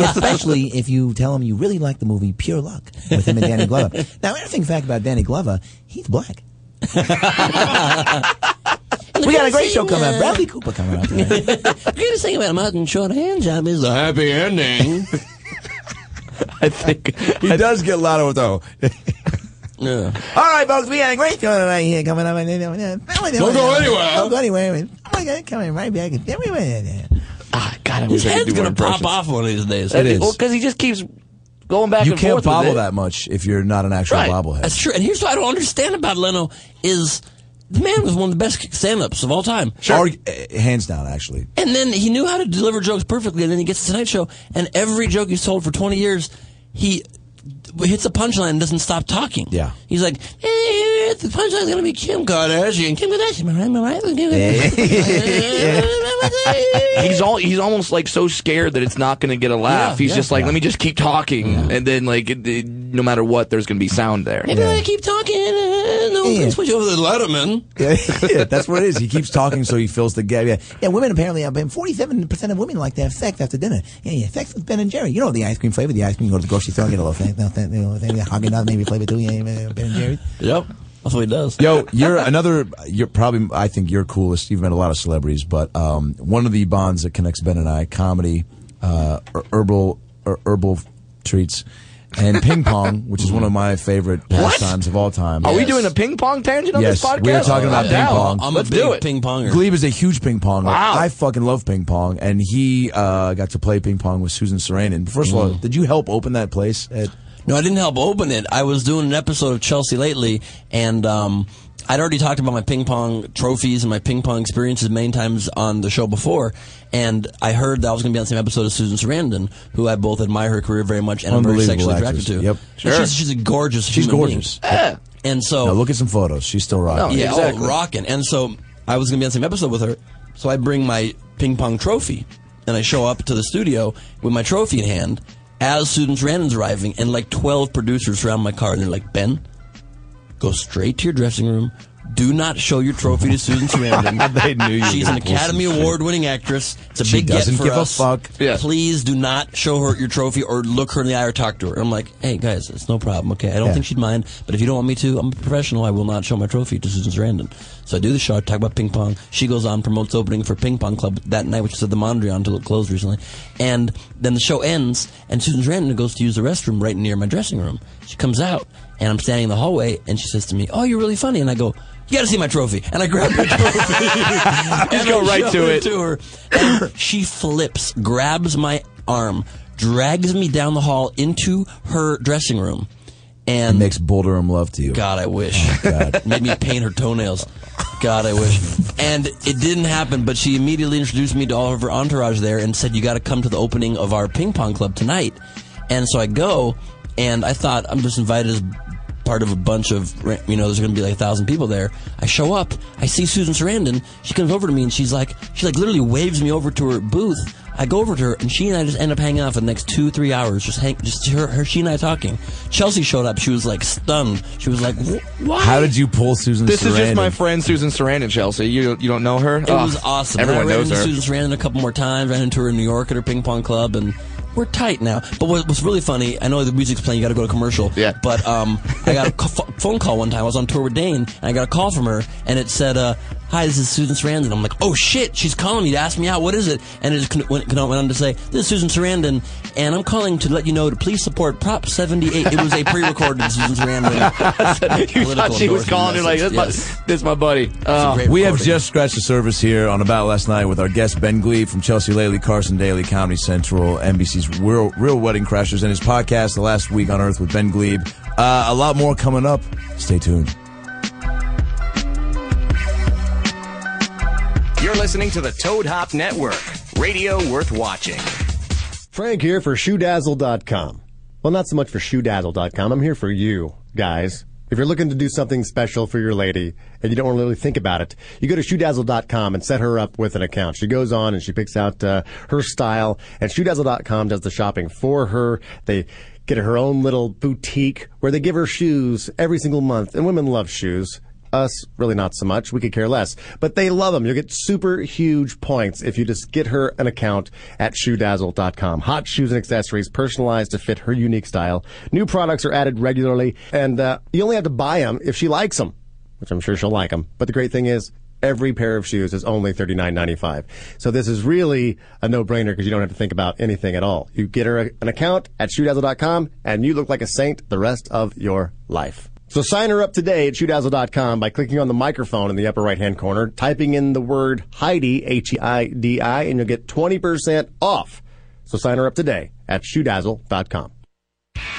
S6: especially if you tell him you really like the movie Pure Luck with him and Danny Glover. Now, interesting fact about Danny Glover, he's black. we got a great show coming up. Bradley Cooper coming up. tonight.
S5: The greatest thing about Martin Short hand job is the happy ending.
S3: I think.
S4: He does get louder though.
S5: yeah.
S6: All right, folks, we got a great show tonight here coming up. Don't
S5: go anywhere.
S6: Don't go anywhere. Oh my God, coming right back.
S3: Ah, God, I
S5: His
S3: wish I could
S5: head's
S3: do more
S5: gonna pop
S3: impressions.
S5: off one of these days.
S3: That'd
S4: It
S3: be-
S4: is.
S3: Well, because he just keeps going back
S4: You
S3: and
S4: can't
S3: forth with
S4: bobble
S3: it.
S4: that much if you're not an actual
S3: Right.
S4: bobblehead.
S5: That's true. And here's what I don't understand about Leno is the man was one of the best stand-ups of all time.
S4: Argu- eh, hands down, actually.
S5: And then he knew how to deliver jokes perfectly, and then he gets to Tonight Show, and every joke he's told for 20 years, he hits a punchline and doesn't stop talking.
S4: Yeah.
S5: He's like, hey, the punchline's going to be Kim Kardashian. Kim Kardashian, am I right? Am I right? Kim Kardashian.
S3: He's all he's almost like so scared that it's not going to get a laugh.
S5: Yeah,
S3: he's
S5: yeah.
S3: just like, let me just keep talking, and then like it, it- no matter what, there's going to be sound there.
S5: Maybe I keep talking. Uh, no,
S6: Yeah.
S5: yeah. switch over to Letterman.
S4: Yeah, yeah, that's what it is. He keeps talking, so he fills the gap. Yeah.
S6: Yeah, women apparently have been. Forty-seven percent of women like to have sex after dinner. Yeah, yeah, sex with Ben and Jerry. You know the ice cream flavor. The ice cream. You go to the grocery store and get a little thing. No, thing, you know, thing Haagen Dazs maybe flavor too. Yeah, yeah, Ben and Jerry.
S5: Yep. That's what he does.
S4: Yo, you're another. You're probably. I think you're coolest. You've met a lot of celebrities, but um, one of the bonds that connects Ben and I: comedy, uh, her- herbal, her- herbal treats, and ping pong, which is one of my favorite pastimes of all time.
S3: Are we
S5: Yes.
S3: doing a ping pong tangent on
S4: Yes,
S3: this podcast?
S4: we are talking about
S3: I'm
S4: ping
S3: down.
S4: pong.
S5: I'm
S3: Let's
S5: a big
S3: do it.
S5: ping ponger.
S4: Glebe is a huge ping pong.
S3: Wow.
S4: I fucking love ping pong, and he uh, got to play ping pong with Susan Sarandon. First of all,
S3: Mm.
S4: did you help open that place? At,
S5: No, I didn't help open it. I was doing an episode of Chelsea lately, and um, I'd already talked about my ping pong trophies and my ping pong experiences many times on the show before. And I heard that I was going to be on the same episode as Susan Sarandon, who I both admire her career very much and I'm very
S4: Unbelievable
S5: sexually attracted
S4: actress.
S5: to.
S4: Yep.
S5: And She's, she's a gorgeous.
S4: she's
S5: human being.
S4: gorgeous.
S5: And so
S4: Now look at some photos. She's still rocking.
S5: yeah,
S3: Exactly.
S5: oh, rocking. And so I was gonna be on the same episode with her. So I bring my ping pong trophy, and I show up to the studio with my trophy in hand as Susan Sarandon's arriving, and like twelve producers surround my car, and they're like, "Ben, go straight to your dressing room." Do not show your trophy to Susan Sarandon.
S4: They knew you
S5: She's
S4: were
S5: an
S4: gonna pull some
S5: Academy
S4: shit.
S5: Award winning actress. It's a
S4: She
S5: big get
S4: doesn't
S5: for
S4: give a
S5: us.
S4: fuck.
S3: Yeah.
S5: Please do not show her your trophy or look her in the eye or talk to her. I'm like, hey guys, it's no problem. Okay, I don't
S4: Yeah.
S5: think she'd mind, but if you don't want me to, I'm a professional. I will not show my trophy to Susan Sarandon. So I do the show. I talk about ping pong. She goes on promotes opening for Ping Pong Club that night, which is at the Mondrian until it closed recently. And then the show ends, and Susan Sarandon goes to use the restroom right near my dressing room. She comes out. And I'm standing in the hallway, and she says to me, "Oh, you're really funny." And I go, "You got to see my trophy." And I grab my trophy. and
S3: go
S5: I
S3: right
S5: show
S3: to it.
S5: To her, and she flips, grabs my arm, drags me down the hall into her dressing room, and
S4: Makes Boulderham love to you. Oh,
S5: God, I wish. Made me paint her toenails. God, I wish. And it didn't happen, but she immediately introduced me to all of her entourage there and said, You got to come to the opening of our ping pong club tonight. And so I go, and I thought, I'm just invited as part of a bunch of, ra- you know, there's going to be like a thousand people there. I show up, I see Susan Sarandon. She comes over to me and she's like, she like literally waves me over to her booth. I go over to her and she and I just end up hanging out for the next two, three hours, just hang, just her, her, she and I talking. Chelsea showed up. She was like stunned. She was like, "Wh- "Why?"
S4: How did you pull Susan
S3: This is just
S4: Sarandon?
S3: my friend Susan Sarandon, Chelsea. You you don't know her? Ah.
S5: It was awesome.
S3: Everyone
S5: and I ran
S3: knows her.
S5: into Susan Sarandon a couple more times. Ran into her in New York at her ping pong club, and we're tight now. But what was really funny, I know the music's playing. You got to go to commercial.
S3: Yeah.
S5: But um, I got a co- ph- phone call one time. I was on tour with Dane, and I got a call from her, and it said, uh, "Hi, this is Susan Sarandon." I'm like, "Oh shit, she's calling me to ask me out. What is it?" And it just con- went, con- went on to say, "This is Susan Sarandon, and I'm calling to let you know to please support Prop 78." It was a pre-recorded Susan Sarandon.
S3: you thought
S5: political
S3: she was
S5: endorsement
S3: calling her like,
S5: message.
S3: this, my,
S5: Yes.
S3: this my buddy. Uh,
S5: Great
S4: We have
S5: recording.
S4: just scratched the surface here on About Last Night with our guest Ben Glee from Chelsea Lately, Carson Daly, Comedy Central, NBC's Real, Real Wedding Crashers, and his podcast, The Last Week on Earth with Ben Glebe. Uh, a lot more coming up. Stay tuned.
S1: You're listening to the Toad Hop Network, radio worth watching.
S9: Frank here for ShoeDazzle.com. Well, not so much for ShoeDazzle.com. I'm here for you, guys. If you're looking to do something special for your lady and you don't want to really think about it, you go to ShoeDazzle.com and set her up with an account. She goes on and she picks out uh, her style, and ShoeDazzle.com does the shopping for her. They get her own little boutique where they give her shoes every single month, and women love shoes. Us, really not so much. We could care less. But they love them. You'll get super huge points if you just get her an account at shoedazzle.com. Hot shoes and accessories personalized to fit her unique style. New products are added regularly, and uh, you only have to buy them if she likes them, which I'm sure she'll like them. But the great thing is, every pair of shoes is only $39.95. So this is really a no-brainer because you don't have to think about anything at all. You get her a- an account at shoedazzle.com, and you look like a saint the rest of your life. So sign her up today at shoedazzle.com by clicking on the microphone in the upper right hand corner, typing in the word Heidi, H E I D I, and you'll get 20% off. So sign her up today at shoedazzle.com.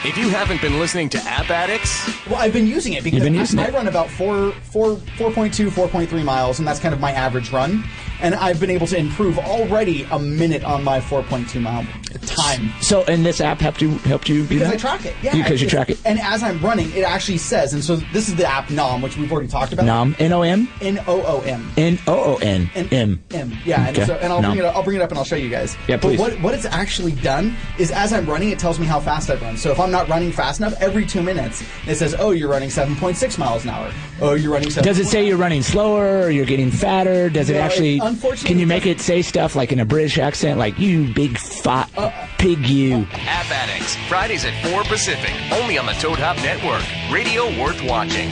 S1: If you haven't been listening to App Addicts,
S10: Well, I've been using it because
S5: been using
S10: I,
S5: it.
S10: I run about four, four, 4.2, 4.3 miles, and that's kind of my average run. And I've been able to improve already a minute on my 4.2 mile time.
S11: So, and this app helped you helped you do
S10: Because
S11: that?
S10: I track it, yeah.
S11: Because you
S10: I-
S11: track it.
S10: And as I'm running, it actually says, and so this is the app NOM, which we've already talked about.
S11: Nom N O M
S10: N O O M.
S11: N O O N
S10: And
S11: M.
S10: M. Yeah, and,
S11: Okay.
S10: so, and I'll,
S11: Nom.
S10: bring it up, I'll bring it up and I'll show you guys.
S11: Yeah, please.
S10: But what, what it's actually done is as I'm running, it tells me how fast I've run. So if I'm not running fast enough, every two minutes, it says, oh, you're running 7.6 miles an hour. Oh, you're running 7.
S11: Does it say you're running slower or you're getting fatter? Does it
S10: No, it-
S11: actually?
S10: unfortunately,
S11: can you make
S10: it
S11: it say stuff like in a British accent, like "you big fat
S4: Uh,
S11: pig"? You.
S1: App Addicts, Fridays at 4 Pacific, only on the Toad Hop Network, radio worth watching.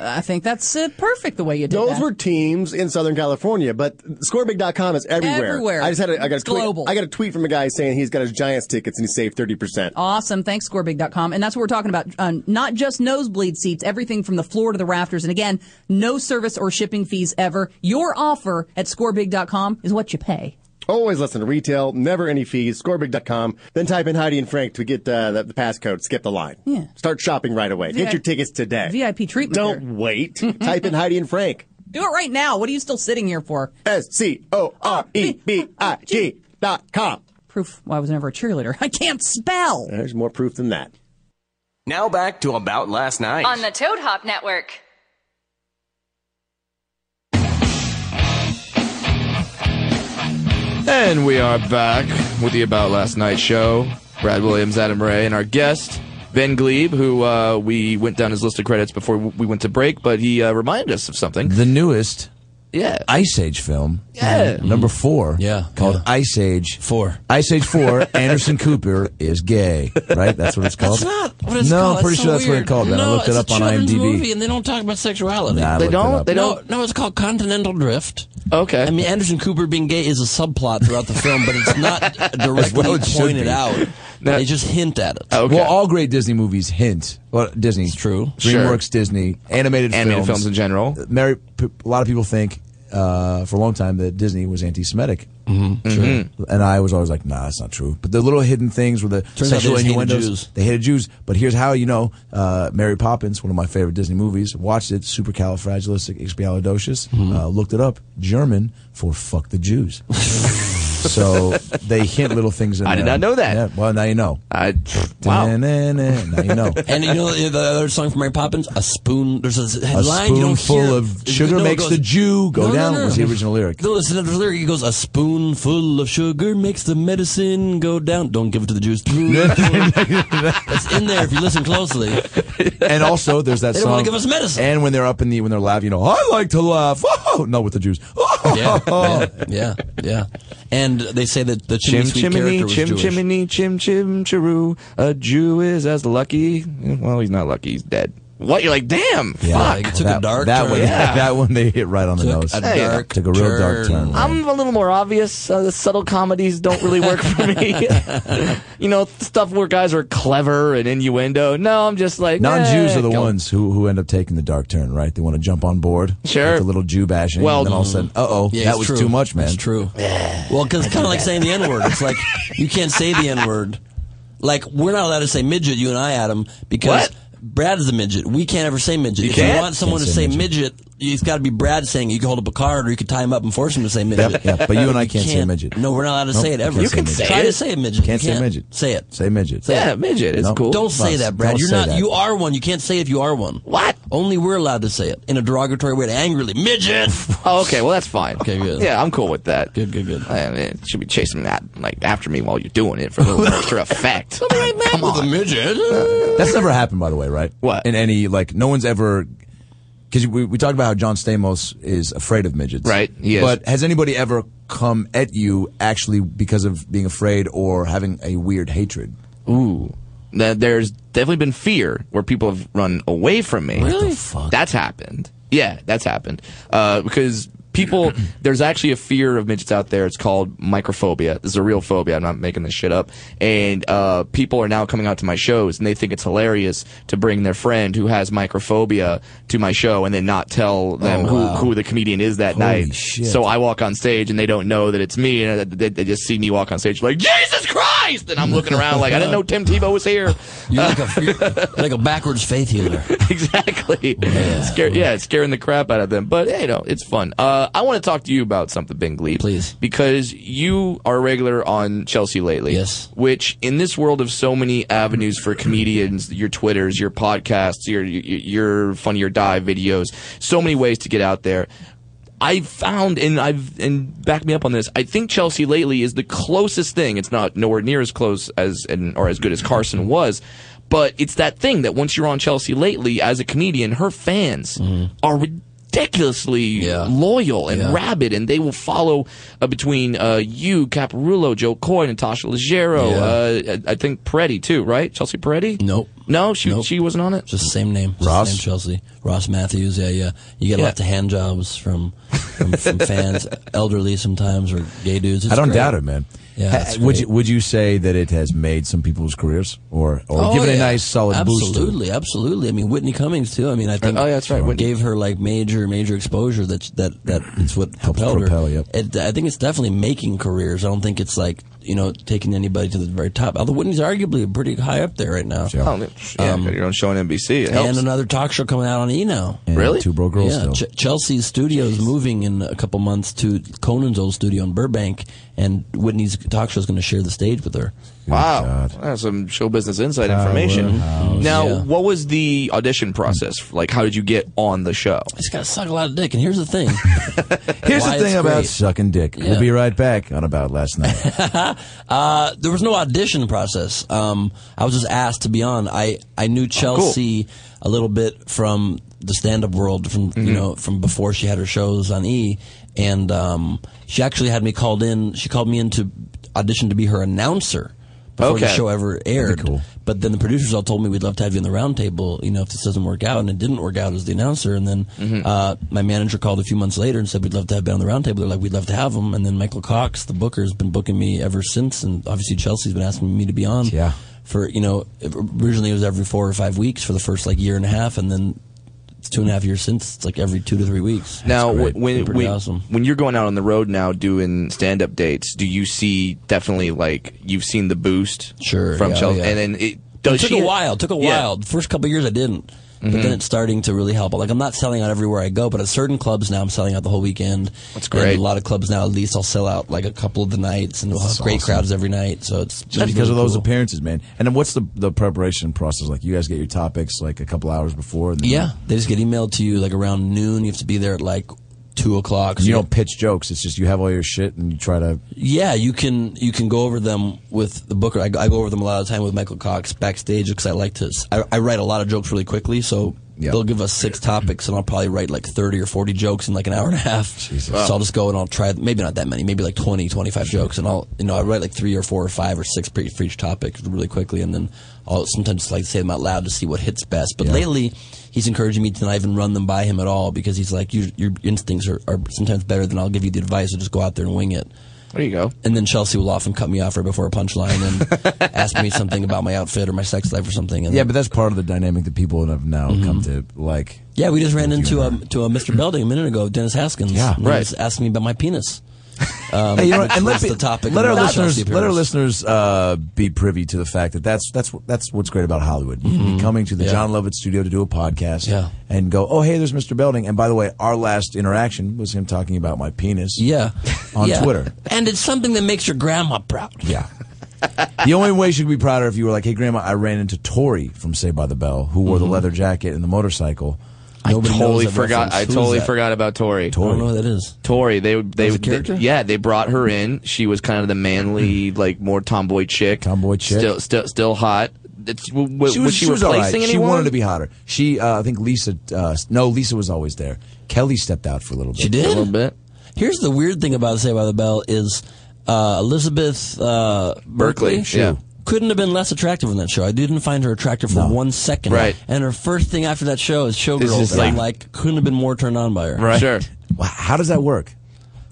S12: I think that's uh, perfect the way you did
S9: Those
S12: that.
S9: were teams in Southern California, but scorebig.com is everywhere.
S12: Everywhere.
S9: I just had a, I got a
S12: It's
S9: tweet,
S12: global.
S9: I got a tweet from a guy saying he's got his Giants tickets and he saved 30%.
S12: Awesome. Thanks, scorebig.com. And that's what we're talking about. Um, not just nosebleed seats, everything from the floor to the rafters. And again, no service or shipping fees ever. Your offer at scorebig.com is what you pay.
S9: Always listen to retail, never any fees, scorebig.com. Then type in Heidi and Frank to get uh, the, the passcode, skip the line.
S12: Yeah.
S9: Start shopping right away.
S12: VIP
S9: get your tickets today.
S12: VIP treatment
S9: Don't
S12: here.
S9: wait. type in Heidi and Frank.
S12: Do it right now. What are you still sitting here for?
S9: S C O R E B I G dot com.
S12: Proof why I was never a cheerleader. I can't spell.
S9: There's more proof than that.
S1: Now back to About Last Night.
S2: On the Toad Hop Network.
S3: And we are back with the About Last Night show. Brad Williams, Adam Ray, and our guest, Ben Glebe, who uh, we went down his list of credits before we went to break, but he uh, reminded us of something.
S4: The newest
S3: yeah.
S4: Ice Age film.
S3: Yeah.
S4: Number four. Yeah. Called Ice Age. Four. Ice Age Four, Anderson Cooper is gay. Right? That's what it's called.
S5: That's not what it's
S4: no,
S5: called.
S4: I'm pretty
S5: That's so
S4: sure that's what
S5: weird.
S4: it's called, man.
S5: No,
S4: I looked it
S5: it's
S4: up
S5: a
S4: on
S5: children's
S4: IMDb.
S5: Movie and they don't talk about sexuality.
S4: Nah, Oh, I They looked it don't? up. They
S5: No,
S4: don't?
S5: No, it's called Continental Drift.
S3: Okay.
S5: I mean, Anderson Cooper being gay is a subplot throughout the film, but it's not directly
S4: well it should
S5: pointed
S4: be.
S5: out. they just hint at it.
S4: Well, all great Disney movies hint. Well, Disney, it's true.
S5: Sure.
S4: DreamWorks, Disney, animated, Uh,
S3: Animated films in general.
S4: Mary, p- a lot of people think uh, for a long time that Disney was anti-Semitic. Mm-hmm.
S5: Sure. Mhm.
S4: And I was always like, nah, that's not true. But the little hidden things were the
S5: Turns out
S4: sexual
S5: they just hated
S4: innuendos.
S5: Jews.
S4: They hated Jews. But here's how you know: uh, Mary Poppins, one of my favorite Disney movies. Watched it, supercalifragilisticexpialidocious. Uh, looked it up, German for "fuck the Jews." so they hint little things in
S3: I
S4: there.
S3: did not know that.
S4: Yeah, well, now you know.
S3: I
S5: wow.
S4: Now you know.
S5: and you know the other song from Mary Poppins, a spoon. There's a headline you don't
S4: spoonful
S5: hear.
S4: of sugar
S5: it
S4: makes the Jew go down was the original lyric.
S5: No, it's not the lyric. He goes, "A spoonful of sugar makes the medicine go down." Don't give it to the Jews. That's in there if you listen closely.
S4: and also there's that
S5: They don't
S4: song.
S5: wanna give us medicine.
S4: And when they're up in the when they're loud, you know, I like to laugh. Oh, not with the Jews. Oh,
S5: yeah, yeah, yeah. And they say that the chimney
S3: Chim
S5: sweep character
S3: chimney,
S5: was
S3: chim
S5: Jewish.
S3: chimney, chim chim chiru. A Jew is as lucky. Well, he's not lucky. He's dead. What? You're like, damn.
S4: Yeah,
S3: fuck.
S4: it took a That- dark that turn. one- that one they hit right on the Took nose. a
S3: Hey,
S4: dark Took a real dark turn. turn.
S3: I'm a little more obvious. Uh, the subtle comedies don't really work for me. you know, stuff where guys are clever and innuendo. No, I'm just like
S4: Non-Jews
S3: eh,
S4: are the
S3: go-
S4: ones who who end up taking the dark turn, right? They want to jump on board.
S3: Sure.
S4: With the little Jew bashing.
S3: Well-
S4: and then all of a sudden, uh oh,
S5: Yeah,
S4: that
S5: it's
S4: was
S5: true.
S4: too much, man.
S5: It's true. Well, because it's kind of like saying the N word. It's like you can't say the N word. Like we're not allowed to say midget, you and I, Adam, because Brad is a midget. We can't ever say midget.
S4: You
S5: if
S4: can't?
S5: you want someone
S4: Can't
S5: to
S4: say
S5: say midget, it's got to be Brad saying. it. You can hold up a card, or you could tie him up and force him to say midget.
S4: yeah, but you and I can't say midget.
S5: No, we're not allowed to
S4: Nope,
S5: say it
S4: you
S5: ever.
S4: can't You say can midget. say
S5: Try
S4: it.
S5: to say a midget.
S4: Can't
S5: You
S4: say midget.
S5: Say it.
S4: Say midget.
S5: Say it.
S4: Nope.
S5: Don't say that, Brad.
S4: Don't
S5: You're
S4: say
S5: not.
S4: that.
S5: You are one. You can't say it if you are one. What? Only we're allowed to say it in a derogatory way, to angrily midget.
S3: Oh, okay. Well, that's fine.
S5: Okay, good.
S3: Yeah, I'm cool with that.
S5: Good, good, good.
S3: I mean, it should be chasing that like after me while you're doing it for a little extra effect. Come on,
S5: midget.
S4: Uh, That's never happened, by the way, right? What? In any, like, no one's ever. Because we, we talked about how John Stamos is afraid of midgets. Right,
S3: he is.
S4: But has anybody ever come at you actually because of being afraid or having a weird hatred?
S3: Ooh. Now, There's definitely been fear where people have run away from me.
S5: Really?
S3: That's happened. Yeah, that's happened. Uh, because people, there's actually a fear of midgets out there. It's called microphobia. This is a real phobia. I'm not making this shit up. And uh, people are now coming out to my shows and they think it's hilarious to bring their friend who has microphobia to my show and then not tell them
S5: Oh,
S3: who,
S5: wow.
S3: who the comedian is that
S5: Holy
S3: night.
S5: shit.
S3: So I walk on stage and they don't know that it's me and uh, they, they just see me walk on stage like, Jesus Christ! And I'm looking around like, I didn't know Tim Tebow was here.
S5: You're like a, you're like a backwards faith healer.
S3: exactly. Scare, yeah, it's scaring the crap out of them. But hey, no, it's fun. Uh, I want to talk to you about something, Bingley, please, because you are a regular on Chelsea lately. Yes, which in this world of so many avenues for comedians, your Twitters, your podcasts, your your, your funny or die videos, so many ways to get out there. I found, and I've, and back me up on this. I think Chelsea lately is the closest thing. It's not nowhere near as close as, and, or as good as Carson was, but it's that thing that once you're on Chelsea lately as a comedian, her fans are ridiculously loyal and rabid, and they will follow uh, between uh, you, Caparulo, Joe Coy, Natasha Leggero. Uh, I I think Peretti too, right? Chelsea Peretti. Nope. No, she she wasn't on it.
S5: Just the same name. Just the
S3: Ross?
S5: same Chelsea. Ross Matthews. Yeah, yeah. You get
S3: Yeah.
S5: lots of hand jobs from from, from fans, elderly sometimes, or gay dudes. It's
S4: I don't
S5: great.
S4: doubt it, man.
S5: Yeah,
S4: Ha-
S5: it's
S4: would
S5: great.
S4: you would you say that it has made some people's careers or or
S5: Oh,
S4: given
S5: yeah.
S4: a nice solid boost? to it?
S5: Absolutely, absolutely. I mean, Whitney Cummings too. I mean, I think.
S3: Oh, yeah, that's right. Whitney.
S5: Gave her like major, major exposure. That that that it's what propelled
S4: propel,
S5: her.
S4: yep.
S5: It, I think it's definitely making careers. I don't think it's like you know taking anybody to the very top. Although Whitney's arguably pretty high up there right now.
S3: Oh, yeah,
S5: Um,
S3: you're on show on NBC. It
S5: And
S3: helps.
S5: another talk show coming out on E now.
S4: And Really? Two Broke Girls
S5: Yeah,
S4: still.
S5: Ch- Chelsea Studios moving in a couple months to Conan's old studio in Burbank, and Whitney's talk show is going to share the stage with her.
S3: Wow, that's some show business insight
S5: Tyler
S3: information.
S5: House.
S3: Now,
S5: Yeah.
S3: what was the audition process like? How did you get on the show?
S5: It's got to suck a lot of dick. And here's the thing.
S4: Here's
S5: Why
S4: the
S5: it's
S4: thing about
S5: great.
S4: sucking dick.
S5: Yeah.
S4: We'll be right back on About Last Night.
S5: uh, there was no audition process. Um, I was just asked to be on. I, I
S4: Oh,
S5: knew Chelsea a little bit from the stand up world from
S4: Mm-hmm.
S5: you know from before she had her shows on E, and um, she actually had me called in. She called me in to audition to be her announcer before the
S3: Okay.
S5: show ever aired. But then the producers all told me we'd love to have you on the roundtable. You know, if this doesn't work out, and it didn't work out as the announcer. And then
S3: Mm-hmm.
S5: uh, my manager called a few months later and said we'd love to have Ben on the roundtable. They're like, we'd love to have him. And then Michael Cox, the booker, has been booking me ever since, and obviously Chelsea's been asking me to be on. Yeah. For you know, if- originally it was every four or five weeks for the first like year and a half, and then it's two and a half years since. It's like every two to three weeks.
S3: Now,
S5: It's
S3: wh-
S5: great.
S3: when
S5: Been pretty
S3: when,
S5: awesome.
S3: when you're going out on the road now doing stand up dates, do you see definitely like you've seen the boost
S5: Sure,
S3: from
S5: yeah,
S3: Chelsea,
S5: yeah.
S3: and then it does
S5: it took
S3: she
S5: a while. It took a
S3: Yeah.
S5: while. The first couple of years I didn't, but
S3: Mhm.
S4: Mm-hmm.
S5: then it's starting to really help. Like I'm not selling out everywhere I go, but at certain clubs now I'm selling out the whole weekend. That's
S3: great.
S5: a lot of clubs now, at least I'll sell out like a couple of the nights, and we'll have
S4: That's
S5: great
S4: awesome.
S5: crowds every night. So it's
S4: Just because of those appearances, man. And then what's the the preparation process like? You guys get your topics like a couple hours before. And then
S5: Yeah, they just get emailed to you like around noon. You have to be there at like two o'clock.
S4: You
S5: So
S4: don't pitch jokes. It's just you have all your shit and you try to.
S5: Yeah, you can you can go over them with the booker. I, I go over them a lot of the time with Michael Cox backstage because I like to. s- I, I write a lot of jokes really quickly, so they'll give us six topics, and I'll probably write like thirty or forty jokes in like an hour and a half.
S3: Wow.
S5: So I'll just go and I'll try maybe not that many, maybe like 20, 25 jokes, and I'll you know I write like three or four or five or six per, for each topic really quickly, and then I'll sometimes like say them out loud to see what hits best. But lately. He's encouraging me to not even run them by him at all because he's like, your, your instincts are, are sometimes better than I'll give you the advice. So just go out there and wing it.
S3: There you go.
S5: And then Chelsea will often cut me off right before a punchline and ask me something about my outfit or my sex life or something. And
S4: Yeah, but that's part of the dynamic that people have now come to like.
S5: yeah, we just ran into a, to a Mr. Belding a minute ago, Dennis Haskins.
S4: Yeah,
S5: and
S4: right.
S5: He was asking me about my penis. Um,
S4: Hey, you know, what?
S5: which
S4: and let,
S5: was
S4: pe-
S5: the topic.
S4: let
S5: of
S4: our
S5: the
S4: listeners
S5: Chelsea
S4: let our
S5: appearance.
S4: listeners uh, be privy to the fact that that's that's wh- that's what's great about Hollywood. You can
S5: Mhm.
S4: be coming to the
S5: Yeah.
S4: John Lovett studio to do a podcast,
S5: Yeah.
S4: and go, oh hey, there's Mr. Belding, and by the way, our last interaction was him talking about my penis,
S5: yeah,
S4: on
S5: Yeah.
S4: Twitter.
S5: and it's something that makes your grandma proud.
S4: Yeah. the only way she could be prouder if you were like, hey, Grandma, I ran into Tori from Saved by the Bell, who wore the
S5: Mhm.
S4: leather jacket and the motorcycle.
S5: I Nobody
S3: totally forgot. I totally forgot about Tori.
S4: Tori. I don't know who
S5: that is.
S3: Tori. They they,
S4: a
S3: they-
S4: character? Mm-hmm.
S3: yeah they brought her in. She was kind of the manly, like more tomboy chick. Tomboy
S4: chick.
S3: Still still still hot. That's- w- w-
S4: She was,
S3: she,
S4: she was all right.
S3: replacing
S4: She
S3: anyone?
S4: wanted to be hotter. She, uh, I think Lisa, uh, no, Lisa was always there. Kelly stepped out for a little bit.
S5: She did
S4: A little bit.
S5: Here's the weird thing about Say by the Bell is uh, Elizabeth uh,
S4: Berkley,
S5: Berkeley.
S4: yeah.
S5: Couldn't have been less attractive on that show. I didn't find her attractive for one second.
S4: Right.
S5: And her first thing after that show is
S4: It's
S5: showgirls.
S4: just
S5: And I'm
S4: like-
S5: like, couldn't have been more turned on by her.
S4: Right. Sure. Wow, How does that work?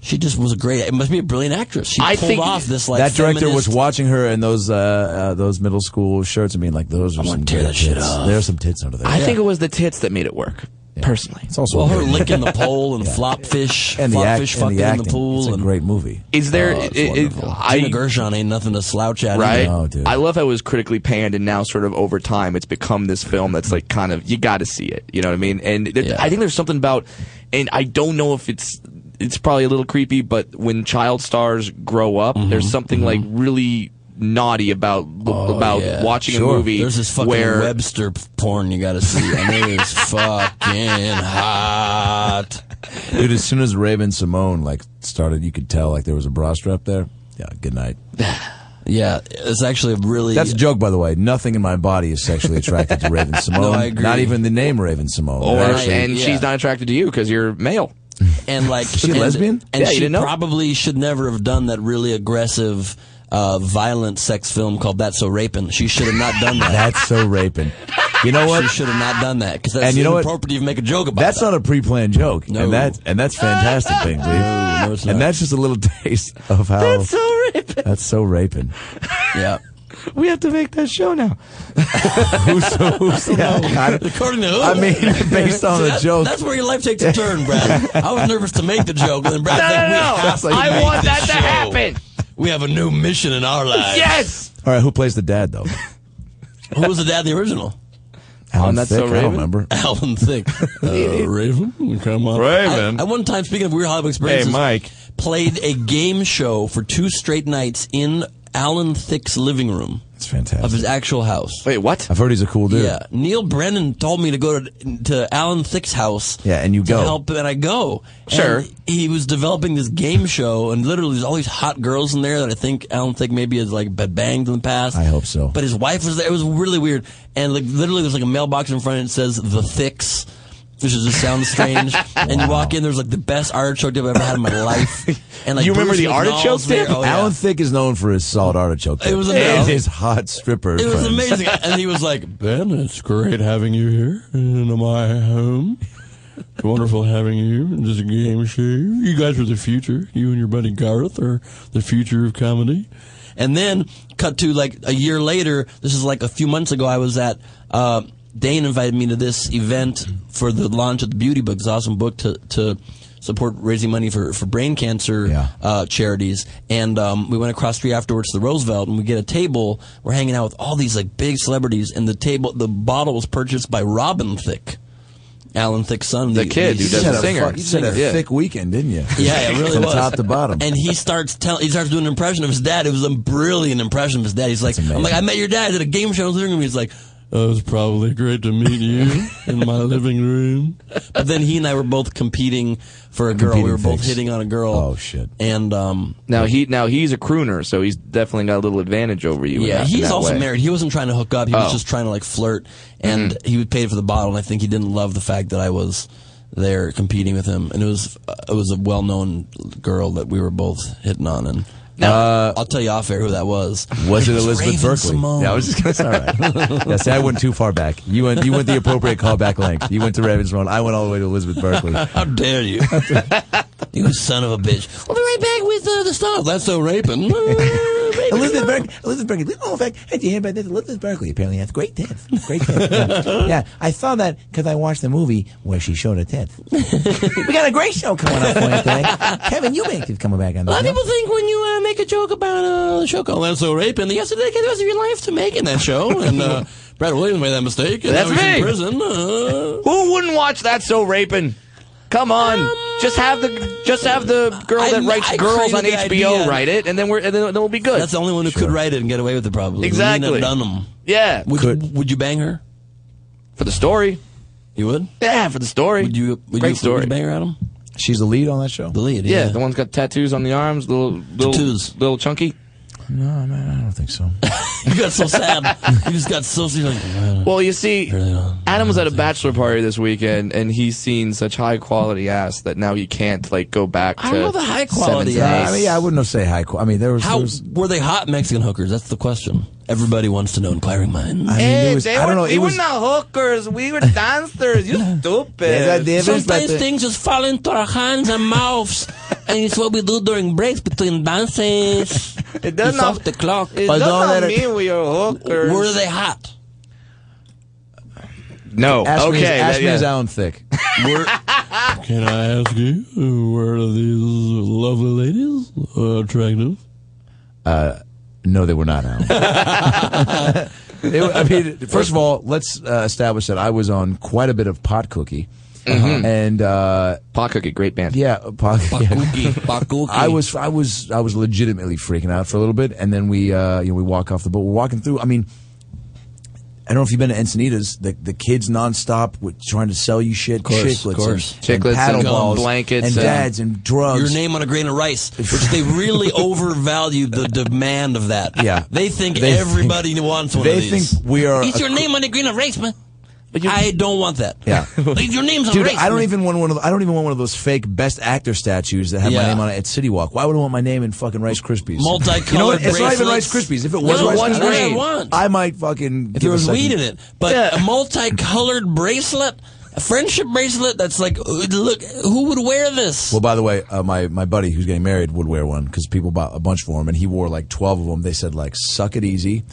S5: She just was a great. It must be a brilliant actress. She pulled off this like
S4: that director
S5: feminist-
S4: was watching her in those uh, uh, those middle school shirts and being like, "Those are some
S5: tear
S4: great
S5: that shit
S4: tits.
S5: off.
S4: There are some tits under there."
S3: I think it was the tits that made it work. Personally,
S4: it's also
S5: well, her licking the pole and flop fish,
S4: and the
S5: flop
S4: act,
S5: fish
S4: and
S5: fucking
S4: the
S5: in
S4: acting.
S5: the pool.
S4: It's a
S5: and
S4: great movie.
S3: Is there?
S5: Oh,
S3: it,
S5: it's
S3: it,
S5: wonderful.
S3: I,
S5: Gina Gershon ain't nothing to slouch at.
S3: right?
S5: either.
S3: I love how it was critically panned, and now sort of over time, it's become this film that's like kind of you got to see it. You know what I mean? And there, I think there's something about, and I don't know if it's it's probably a little creepy, but when child stars grow up,
S5: Mm-hmm.
S3: there's something like really naughty about about
S5: Oh, Yeah,
S3: watching
S5: sure.
S3: a movie
S5: There's this fucking
S3: where
S5: Webster p- porn you gotta see. And it is fucking hot.
S4: Dude, as soon as Raven Simone like started, you could tell like there was a bra strap there. Yeah, good night.
S5: Yeah, it's actually a really.
S4: That's a joke, by the way. Nothing in my body is sexually attracted to Raven Simone.
S5: No, I agree. Oh,
S4: Not even the name Raven Simone.
S3: or
S4: It actually-
S3: and she's not attracted to you because you're male.
S5: and like
S4: She a
S5: and-
S4: lesbian?
S5: and
S3: Yeah, you
S5: she
S3: didn't know?
S5: probably should never have done that really aggressive uh, violent sex film called That's So Rapin'. She should have not done that.
S4: That's so raping. You know what?
S5: She should have not done that because that's
S4: And you know what?
S5: inappropriate to even make a joke about.
S4: That's not a pre-planned joke,
S5: No.
S4: and that's and that's fantastic thing, Cleve. And that's just a little taste of how
S3: That's so raping.
S4: That's so raping.
S5: Yeah.
S3: We have to make that show now.
S4: who's, who's yeah, God.
S5: According to who?
S4: I mean, based on
S5: See,
S4: the
S5: that-
S4: joke.
S5: That's where your life takes a turn, Brad. I was nervous to make the joke, and then Brad,
S3: No,
S5: I think
S3: no,
S5: we
S3: no.
S5: have to
S3: I
S5: make
S3: want
S5: this
S3: that to
S5: show.
S3: happen.
S5: We have a new mission in our lives.
S3: Yes.
S4: All right, who plays the dad though?
S5: Who was the dad in the original?
S4: Alan
S5: On Oh, That's
S4: Thicke,
S5: So
S4: I
S5: Raven?
S4: don't remember.
S5: Alan Thick. Uh, Raven, come on.
S4: Raven.
S5: I, I one time, speaking of weird Hollywood experiences,
S4: Hey, Mike.
S5: played a game show for two straight nights in Alan Thick's living room. That's
S4: fantastic.
S5: Of his actual house.
S3: Wait, what?
S4: I've heard he's a cool dude.
S5: Yeah, Neil Brennan told me to go to to Alan Thick's house.
S4: Yeah, and you
S5: to
S4: go.
S5: help, and I go.
S4: Sure.
S5: And he was developing this game show, and literally there's all these hot girls in there that I think Alan Thick maybe has like been banged in the past. I
S4: hope so.
S5: But his wife was there. It was really weird, and like literally there's like a mailbox in front and it says the Thicks. Which is just sounds strange, and you walk in. There's like the best artichoke dip I've ever had in my life. And like
S4: you remember
S5: Bruce
S4: the
S5: McNall's
S4: artichoke
S5: there.
S4: dip?
S5: Oh, yeah.
S4: Alan Thicke is known for his solid artichoke dip.
S5: It was
S4: and
S5: amazing.
S4: his hot stripper.
S5: It was
S4: friends.
S5: amazing. And he was like, Ben, it's great having you here in my home. It's wonderful having you in this game show. You guys are the future. You and your buddy Garth are the future of comedy. And then cut to like a year later. This is like a few months ago. I was at uh, Dane invited me to this event for the launch of the Beauty Book, this awesome book to to support raising money for for brain cancer uh, charities. And um, we went across the street afterwards to the Roosevelt, and we get a table. We're hanging out with all these like big celebrities, and the table the bottle was purchased by Robin Thicke. Alan Thicke's son,
S4: The kid who
S5: he's
S4: does
S5: had
S4: the
S5: a
S4: singer.
S5: fuck-
S4: You said a thick weekend, didn't you?
S5: Yeah, it really
S4: From
S5: was.
S4: top to bottom.
S5: And he starts telling, he starts doing an impression of his dad. It was a brilliant impression of his dad. He's like, I'm like, I met your dad at a game show in his living room. He's like, oh, it was probably great to meet you in my living room. But then he and I were both competing for a girl. we
S3: Competing
S5: were both
S3: things.
S5: hitting on a girl. Oh shit! And um,
S3: Now he now he's a crooner, so he's definitely got a little advantage over you. in
S5: yeah,
S3: that- in
S5: he's
S3: that
S5: also
S3: way.
S5: married. He wasn't trying to hook up. He was
S3: Oh.
S5: just trying to like flirt,
S4: Mm-hmm.
S5: and he paid for the bottle. And I think he didn't love the fact that I was there competing with him. And it was uh, it was a well known girl that we were both hitting on. And now I'll tell you off air who that was.
S4: uh, Was it
S5: was
S4: Elizabeth
S5: Raven
S4: Berkley?
S5: Simone.
S4: Yeah, I was just gonna say. All right. yeah, see, I went too far back. You went. You went the appropriate callback length. You went to Ravens Simone. I went all the way to Elizabeth Berkley.
S5: How dare you? you son of a bitch. We'll be right back with uh, the stuff. That's so raping.
S6: Elizabeth Berkeley. Elizabeth Berkeley. Oh, in fact, I did you hear about this? Elizabeth Berkeley apparently has great tits. Great tits. Yeah, Yeah, I saw that because I watched the movie where she showed her tits. we got a great show coming up for you today. Kevin Eubanks is coming back on
S5: A
S6: the
S5: lot of
S6: show.
S5: people think when you uh, make a joke about uh, the show called That's So Rape, and you have to dedicate the rest of your life to making that show. And uh, Brad Williams made that mistake. And
S3: That's
S5: now he's
S3: me.
S5: in prison. Uh,
S3: Who wouldn't watch that? So raping. Come on, just have the just have the girl
S5: I-
S3: that writes
S5: I
S3: girls
S5: created
S3: on
S5: the
S3: HBO
S5: idea.
S3: write it, and then we're and then, then we'll be good.
S5: that's the only one who could write it and get away with it, probably.
S3: Exactly.
S5: Lena Dunham.
S3: Yeah,
S5: Would, you, would you bang her?
S3: for the story.
S5: You would?
S3: Yeah, for the story.
S5: Would you, would
S3: Great
S5: you,
S3: story.
S5: Would you bang her, Adam?
S4: She's the lead on that show.
S5: The lead,
S3: Yeah,
S5: yeah.
S3: the one's got tattoos on the arms, little little
S5: Tattoos.
S3: little chunky.
S4: No, man, I don't think so.
S5: you got so sad. you just got so sad. You're Like, "Man,
S3: Well, you see,
S5: really not."
S3: Adam was at a bachelor party this weekend, and he's seen such high quality ass that now he can't like go back. To
S5: I don't know the high quality
S3: seventh
S5: ass.
S3: grade.
S4: I mean, yeah, I wouldn't have say high. qu- I mean, there was.
S5: How
S4: there was-
S5: were they hot Mexican hookers? That's the question. Everybody wants to know, inquiring minds.
S4: I mean, there was. I don't know. It was.
S3: not hookers. We were dancers. You
S4: There's a
S3: stupid.
S4: difference, but
S5: Sometimes
S4: the-
S5: things just fall into our hands and mouths, and it's what we do during breaks between dances.
S3: It
S5: It's off the clock.
S4: does not that it-
S3: mean we are hookers.
S5: Were they hot?
S3: No.
S4: Ask me,
S3: okay.
S4: is, ask
S3: that-
S4: me
S3: yeah.
S4: is Alan Thick.
S5: Can I ask you, where are these lovely ladies uh, attractive?
S4: No, they were not Alan. It- I mean, first of all, let's uh, establish that I was on quite a bit of pot cookie, and uh,
S3: Pot Cookie, great band.
S4: yeah, pot. yeah.
S5: Bakuki, bakuki.
S4: I was I was I was legitimately freaking out for a little bit, and then we uh, you know we walk off the boat. We're walking through. I mean, I don't know if you've been to Encinitas. The the kids nonstop were trying to sell you shit,
S5: course,
S4: chiclets,
S5: of course.
S4: And,
S3: Chiclets
S4: and paddle
S3: and gum,
S4: balls,
S3: blankets,
S4: and
S3: and-
S4: dads, and drugs.
S5: your name on a grain of rice, which they really overvalued the demand of that.
S4: Yeah.
S5: they think
S4: They
S5: everybody wants one
S4: They
S5: of these.
S4: think we are.
S5: It's
S4: a
S5: your name on a grain of rice, man. I don't want that.
S4: Yeah.
S5: your name's on
S4: Dude,
S5: rice.
S4: I don't
S5: man.
S4: even want one of. The, I don't even want one of those fake best actor statues that have my
S5: Yeah.
S4: name on it at City Walk. Why would I want my name in fucking Rice Krispies?
S5: Multicolored
S4: You know what? It's not even Rice
S5: bracelets.
S4: Krispies. If it was
S5: No,
S4: Rice
S5: one's
S4: Krispies,
S5: green. What I want.
S4: I might fucking.
S5: if
S4: give
S5: there
S4: a
S5: was
S4: second-
S5: weed in it. But a multicolored bracelet, a friendship bracelet that's like, uh, look, who would wear this?
S4: Well, by the way, uh, my my buddy who's getting married would wear one because people bought a bunch for him, and he wore like twelve of them. They said like "suck it easy."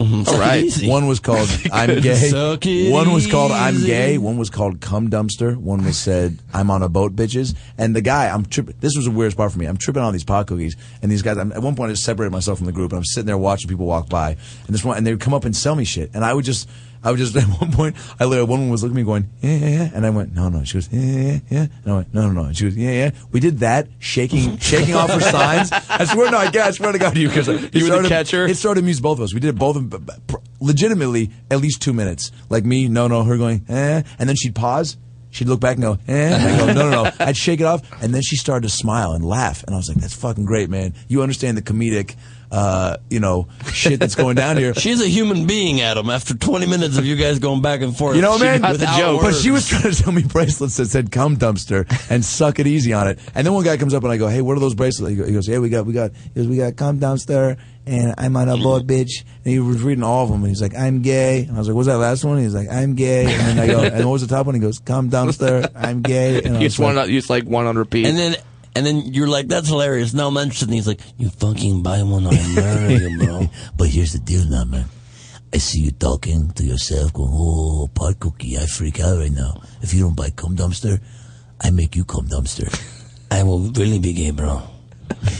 S5: All
S3: right.
S4: One was called "I'm gay."
S5: Suck it
S4: One was called "I'm
S5: easy.
S4: gay." One was called "cum dumpster." One was said "I'm on a boat, bitches." And the guy, I'm tripping. This was the weirdest part for me. I'm tripping on these pot cookies, and these guys. I'm, at one point, I just separated myself from the group, and I'm sitting there watching people walk by, and this one, and they would come up and sell me shit, and I would just. I was just at one point, I literally, one woman was looking at me going, yeah, yeah, yeah. And I went, no, no. She goes, yeah, yeah, yeah. And I went, no, no, no. And she goes, yeah, yeah. We did that, shaking, shaking off her signs. I swear, no, I, guess, I swear to God to you, because
S3: You were the
S4: catcher? It sort of amused both of us. We did it both, of- b- b- pr- legitimately, at least two minutes. Like me, no, no, her going, eh. And then she'd pause. She'd look back and go, eh? And I'd go, no, no, no. I'd shake it off. And then she started to smile and laugh. And I was like, that's fucking great, man. You understand the comedic, uh, you know, shit that's going down here.
S5: She's a human being, Adam. After 20 minutes of you guys going back and forth,
S4: You know,
S5: she
S4: man,
S5: got the joke.
S4: But she was trying to sell me bracelets that said "cum dumpster" and "suck it easy" on it. And then one guy comes up and I go, "Hey, what are those bracelets?" He go- He goes, "Yeah, we got, we got, he goes, we got cum dumpster." And I'm on a board, bitch. And he was reading all of them, and he's like, "I'm gay." And I was like, "What's that last one?" He's like, "I'm gay." And then I go, "And what was the top one?" He goes, "Cum dumpster, I'm gay." And I
S3: You
S4: was
S3: just want to, you just like one on repeat.
S5: and then and then you're like, "That's hilarious." No mention. He's like, "You fucking buy one, I murder you, bro."
S13: But here's the deal now, man. I see you talking to yourself, going, oh, pot cookie, I freak out right now. If you don't buy cum dumpster, I make you cum dumpster.
S5: I will really be gay, bro.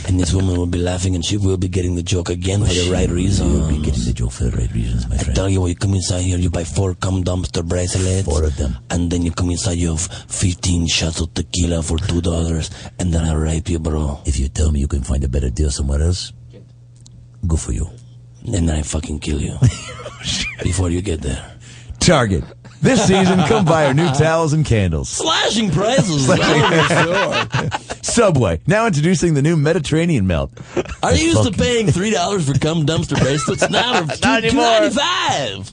S5: And this woman will be laughing, and she will be getting the joke again for the
S13: She
S5: right reason.
S13: will be getting the joke for the right reasons, my
S5: I
S13: friend.
S5: tell you, when you come inside here, you buy four cum dumpster bracelets. Four of them. And then you come inside, you have 15 shots of tequila for $2, and then I rape you, bro.
S13: If you tell me you can find a better deal somewhere else, good for you.
S5: And then I fucking kill you. Before you get there.
S4: Target. This season, come buy our new towels and candles.
S5: Slashing prices.
S4: Subway now introducing the new Mediterranean melt.
S5: Are you used to paying three dollars for cum dumpster bracelets? Now they're
S4: Not
S5: two
S4: anymore.
S5: ninety five.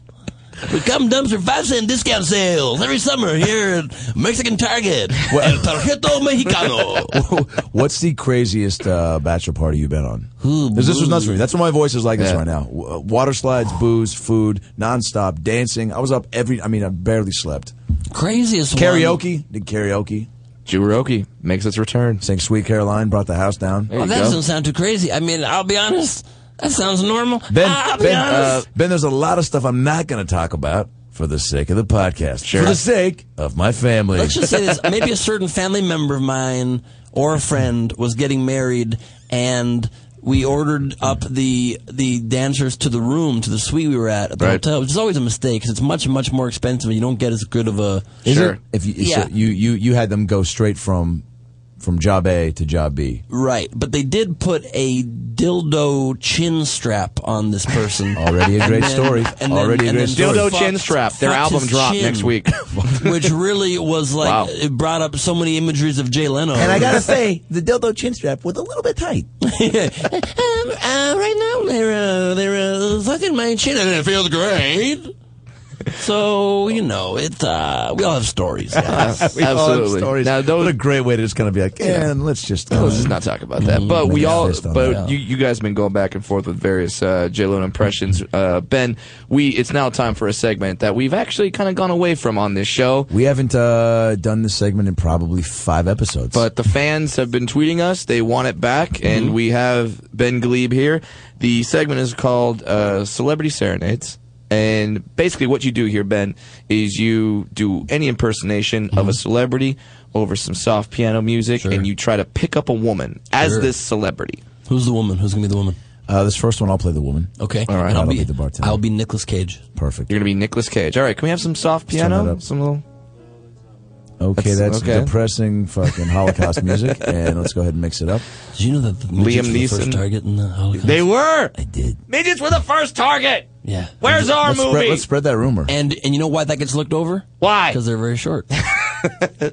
S5: We cum dumpster five cent discount sales every summer here at Mexican Target. El Tarjeto Mexicano.
S4: What's the craziest uh, bachelor party you've been on? Because this was nuts for me. That's what my voice is like this
S5: Yeah.
S4: right now. W- uh, water slides, booze, food, nonstop dancing. I was up every. I mean, I barely slept.
S5: Craziest one. Oh,
S4: karaoke. Did karaoke.
S3: Juroki makes its return.
S4: Sang "Sweet Caroline," brought the house down.
S5: Oh, that doesn't sound too crazy. I mean, I'll be honest. That sounds normal.
S4: Ben,
S5: I'll be
S4: ben, uh,
S5: honest.
S4: ben, there's a lot of stuff I'm not going to talk about for the sake of the podcast.
S5: Sure.
S4: For the sake of my family.
S5: Let's just say this. Maybe a certain family member of mine or a friend was getting married and we ordered up the the dancers to the room to the suite we were at at the
S4: Right.
S5: hotel, which is always a mistake because it's much much more expensive and you don't get as good of a
S4: Is it? If you,
S5: yeah
S4: so you, you, you had them go straight from from job A to job B.
S5: right but they did put a dildo chin strap on this person
S4: Already a
S5: And
S4: great
S5: then-
S4: story.
S5: and then-
S4: Already a
S5: and
S4: great
S5: then
S4: story.
S5: fucked- fucked his chin. which really was like
S4: Wow.
S5: it brought up so many imageries of Jay Leno.
S6: And I gotta say, the dildo chin strap was a little bit tight.
S5: um, uh, right now they're uh, they're uh, fucking my chin, and it feels great. So you know, it's uh, we all have stories. guys.
S4: We all have Absolutely. stories.
S3: Now, those,
S4: What a great way to just kind of be like,
S3: Yeah.
S4: and let's just uh,
S3: let's just not talk about that. But we
S4: Mm-hmm. Make a
S3: all,
S4: fist on
S3: but
S4: that.
S3: you, you guys have been going back and forth with various uh, J Lo impressions. Uh, ben, we it's now time for a segment that we've actually kind of gone away from on this show.
S4: We haven't uh, done this segment in probably five episodes.
S3: But the fans have been tweeting us; they want it back,
S5: Mm-hmm.
S3: and we have Ben Glebe here. The segment is called uh, "Celebrity Serenades." And basically, what you do here, Ben, is you do any impersonation of
S5: Mm-hmm.
S3: a celebrity over some soft piano music, and you try to pick up a woman as
S5: Sure.
S3: this celebrity.
S5: Who's the woman? Who's gonna be the woman?
S4: uh, this first one, I'll play the woman.
S5: Okay,
S4: All right.
S5: And I'll
S4: That'll
S5: be
S4: be the bartender.
S5: I'll be Nicolas Cage.
S4: Perfect.
S3: You're gonna be Nicolas Cage. All right, can we have some soft
S4: Let's turn that
S3: piano?
S4: up.
S3: Some little.
S4: Okay, that's,
S3: That's- okay.
S4: depressing fucking Holocaust music, and let's go ahead and mix it up.
S5: Did you know that the midgets
S4: Liam
S5: were the first
S4: Neeson.
S5: target in the Holocaust?
S3: They were. I
S5: did.
S3: Midgets were the first target.
S5: Yeah.
S3: Where's our
S5: Let's
S3: movie?
S5: spread- let's
S4: spread that rumor.
S5: And and you know why that gets looked over?
S3: Why?
S5: Because they're very short.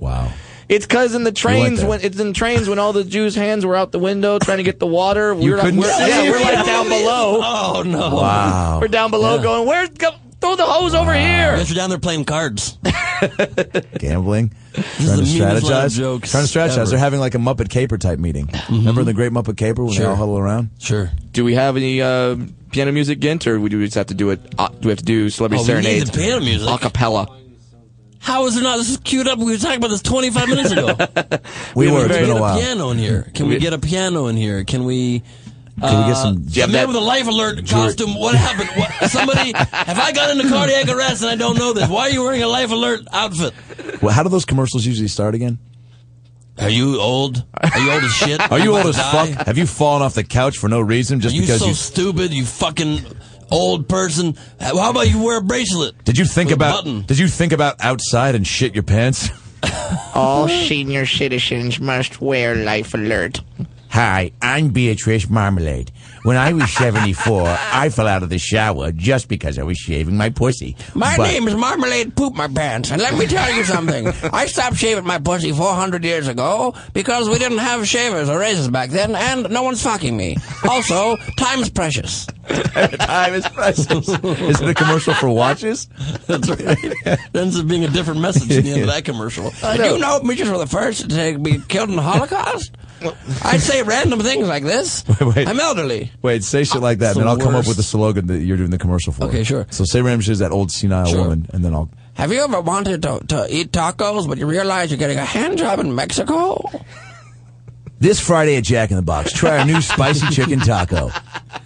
S4: wow.
S3: It's because in the trains
S5: that.
S3: when it's in trains when all the Jews' hands were out the window trying to get the water. We
S5: You
S3: were,
S5: couldn't
S3: we're,
S5: see
S3: yeah,
S5: it?
S3: we're like down below.
S5: Oh no!
S3: We're down below
S5: Yeah.
S3: going. Where's go, throw the hose over
S5: You
S3: here?
S5: guys are down there playing cards.
S4: Gambling.
S5: is
S4: trying to
S5: the meanest line of
S4: strategize.
S5: jokes
S4: trying to strategize.
S5: ever.
S4: They're having like a Muppet Caper type meeting. Remember the Great Muppet Caper when
S3: Sure.
S4: they all huddle around?
S5: Sure.
S3: Do we have any uh, piano music, Gint, or do we just have to do it? Uh, do we have to do celebrity
S5: Oh, we need
S3: serenades?
S5: the piano music.
S3: a cappella.
S5: How is there not? This is queued up. We were talking about this 25 minutes ago.
S4: We
S5: Can
S4: were. It's
S5: get
S4: been a while.
S5: piano in here. Can we
S4: We-
S5: get a piano in here? Can we?
S4: Can we get
S5: uh,
S4: some- Do you
S5: a
S4: have
S5: man
S4: that-
S5: with a life alert costume. What happened? What, somebody? have I gotten into cardiac arrest and I don't know this? Why are you wearing a life alert outfit?
S4: Well, how do those commercials usually start again?
S5: Are you old? Are you old as shit?
S4: Are you
S5: about
S4: old
S5: to
S4: as
S5: die?
S4: fuck? Have you fallen off the couch for no reason just
S5: Are you
S4: because
S5: so
S4: you
S5: stupid? You fucking
S7: old person. How about you wear a bracelet?
S4: Did you think
S7: With a
S4: about?
S7: button.
S4: Did you think about outside and shit your pants?
S5: All senior citizens must wear life alert.
S14: Hi, I'm Beatrice Marmalade. When I was 74, I fell out of the shower just because I was shaving my pussy.
S7: My
S14: But-
S7: name is Marmalade Poop My Pants, and let me tell you something. I stopped shaving my pussy 400 years ago because we didn't have shavers or razors back then, and no one's fucking me. Also, time's precious.
S4: Time is precious. Is it a commercial for watches?
S7: That's right. Ends up being a different message at the end of that commercial.
S4: I
S7: Did Uh, you
S4: know.
S7: know Mitchell's were the first to be killed in the Holocaust? I say random things like this.
S4: Wait, wait.
S7: I'm elderly.
S4: Wait, say shit like that,
S7: It's
S4: and then
S7: the
S4: I'll come up
S7: worst.
S4: with the slogan that you're doing the commercial for.
S7: Okay, sure.
S4: So say Ramsey is that old senile
S7: Sure.
S4: woman, and then I'll.
S7: Have you ever wanted to, to eat tacos, but you realize you're getting a hand job in Mexico?
S14: This Friday at Jack in the Box, try our new spicy chicken taco.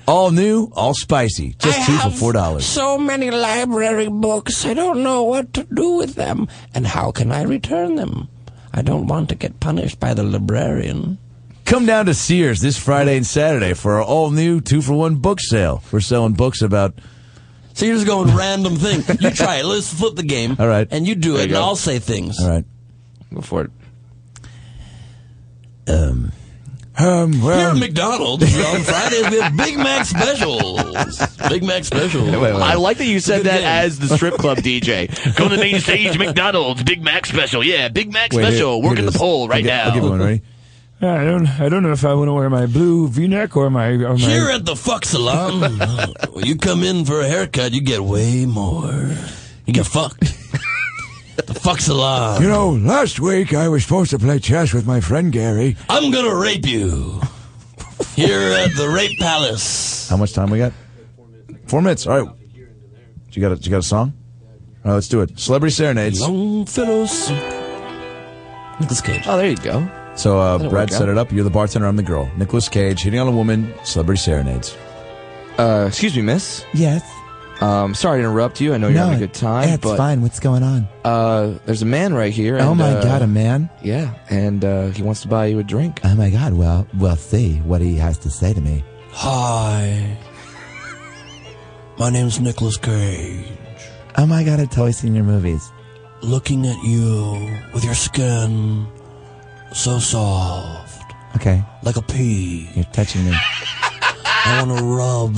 S14: All new, all spicy. Just two for four dollars.
S7: So many library books. I don't know what to do with them. And how can I return them? I don't want to get punished by the librarian.
S4: Come down to Sears this Friday and Saturday for our all new two for one book sale. We're selling books about.
S7: So you're just going random thing. You try it. Let's flip the game.
S4: All right.
S7: And you do
S4: There
S7: it,
S4: you go.
S7: and I'll say things.
S4: All right.
S3: Go for it.
S14: Um, um,
S7: Here
S14: well,
S7: at McDonald's on Fridays we have Big Mac specials. Big Mac specials.
S1: I like that you said
S7: Good
S1: that
S7: game.
S1: as the strip club DJ. Go to the main stage, McDonald's, Big Mac special. Yeah, Big Mac
S4: Wait, here-
S1: special.
S4: here
S1: Work
S4: it
S1: Working the
S4: is.
S1: poll right
S4: I'll get-
S1: now.
S4: I'll give you one, ready?
S15: Yeah, I don't. I don't know if I want to wear my blue V-neck or my. Or my
S7: Here at the Fuck Salon, when you come in for a haircut, you get way more. You get fucked. the Fuck Salon.
S16: You know, last week I was supposed to play chess with my friend Gary.
S7: I'm gonna rape you. Here at the Rape Palace.
S4: How much time we got? Four minutes. All right. Do you got a, do you got a song? All right, let's do it. Celebrity Serenades.
S7: Longfellow's. Nicholas Cage.
S3: Oh, there you go.
S4: So uh,
S3: That'll
S4: Brad
S3: work out.
S4: set it up. You're the bartender. I'm the girl. Nicholas Cage hitting on a woman. Celebrity Serenades.
S3: Uh, excuse me, miss.
S6: Yes.
S3: Um, sorry to interrupt you. I know you're
S6: No,
S3: having a good time.
S6: That's
S3: but,
S6: fine. What's going on?
S3: Uh, there's a man right here.
S6: oh
S3: and,
S6: my
S3: uh,
S6: God, a man.
S3: Yeah, and uh, he wants to buy you a drink.
S6: Oh my God. Well, we'll see what he has to say to me.
S7: Hi. My name's Nicholas Cage.
S6: Oh my God, I've totally seen your movies.
S7: Looking at you with your skin so soft,
S6: Okay,
S7: like a pea.
S6: you're touching me.
S7: I want to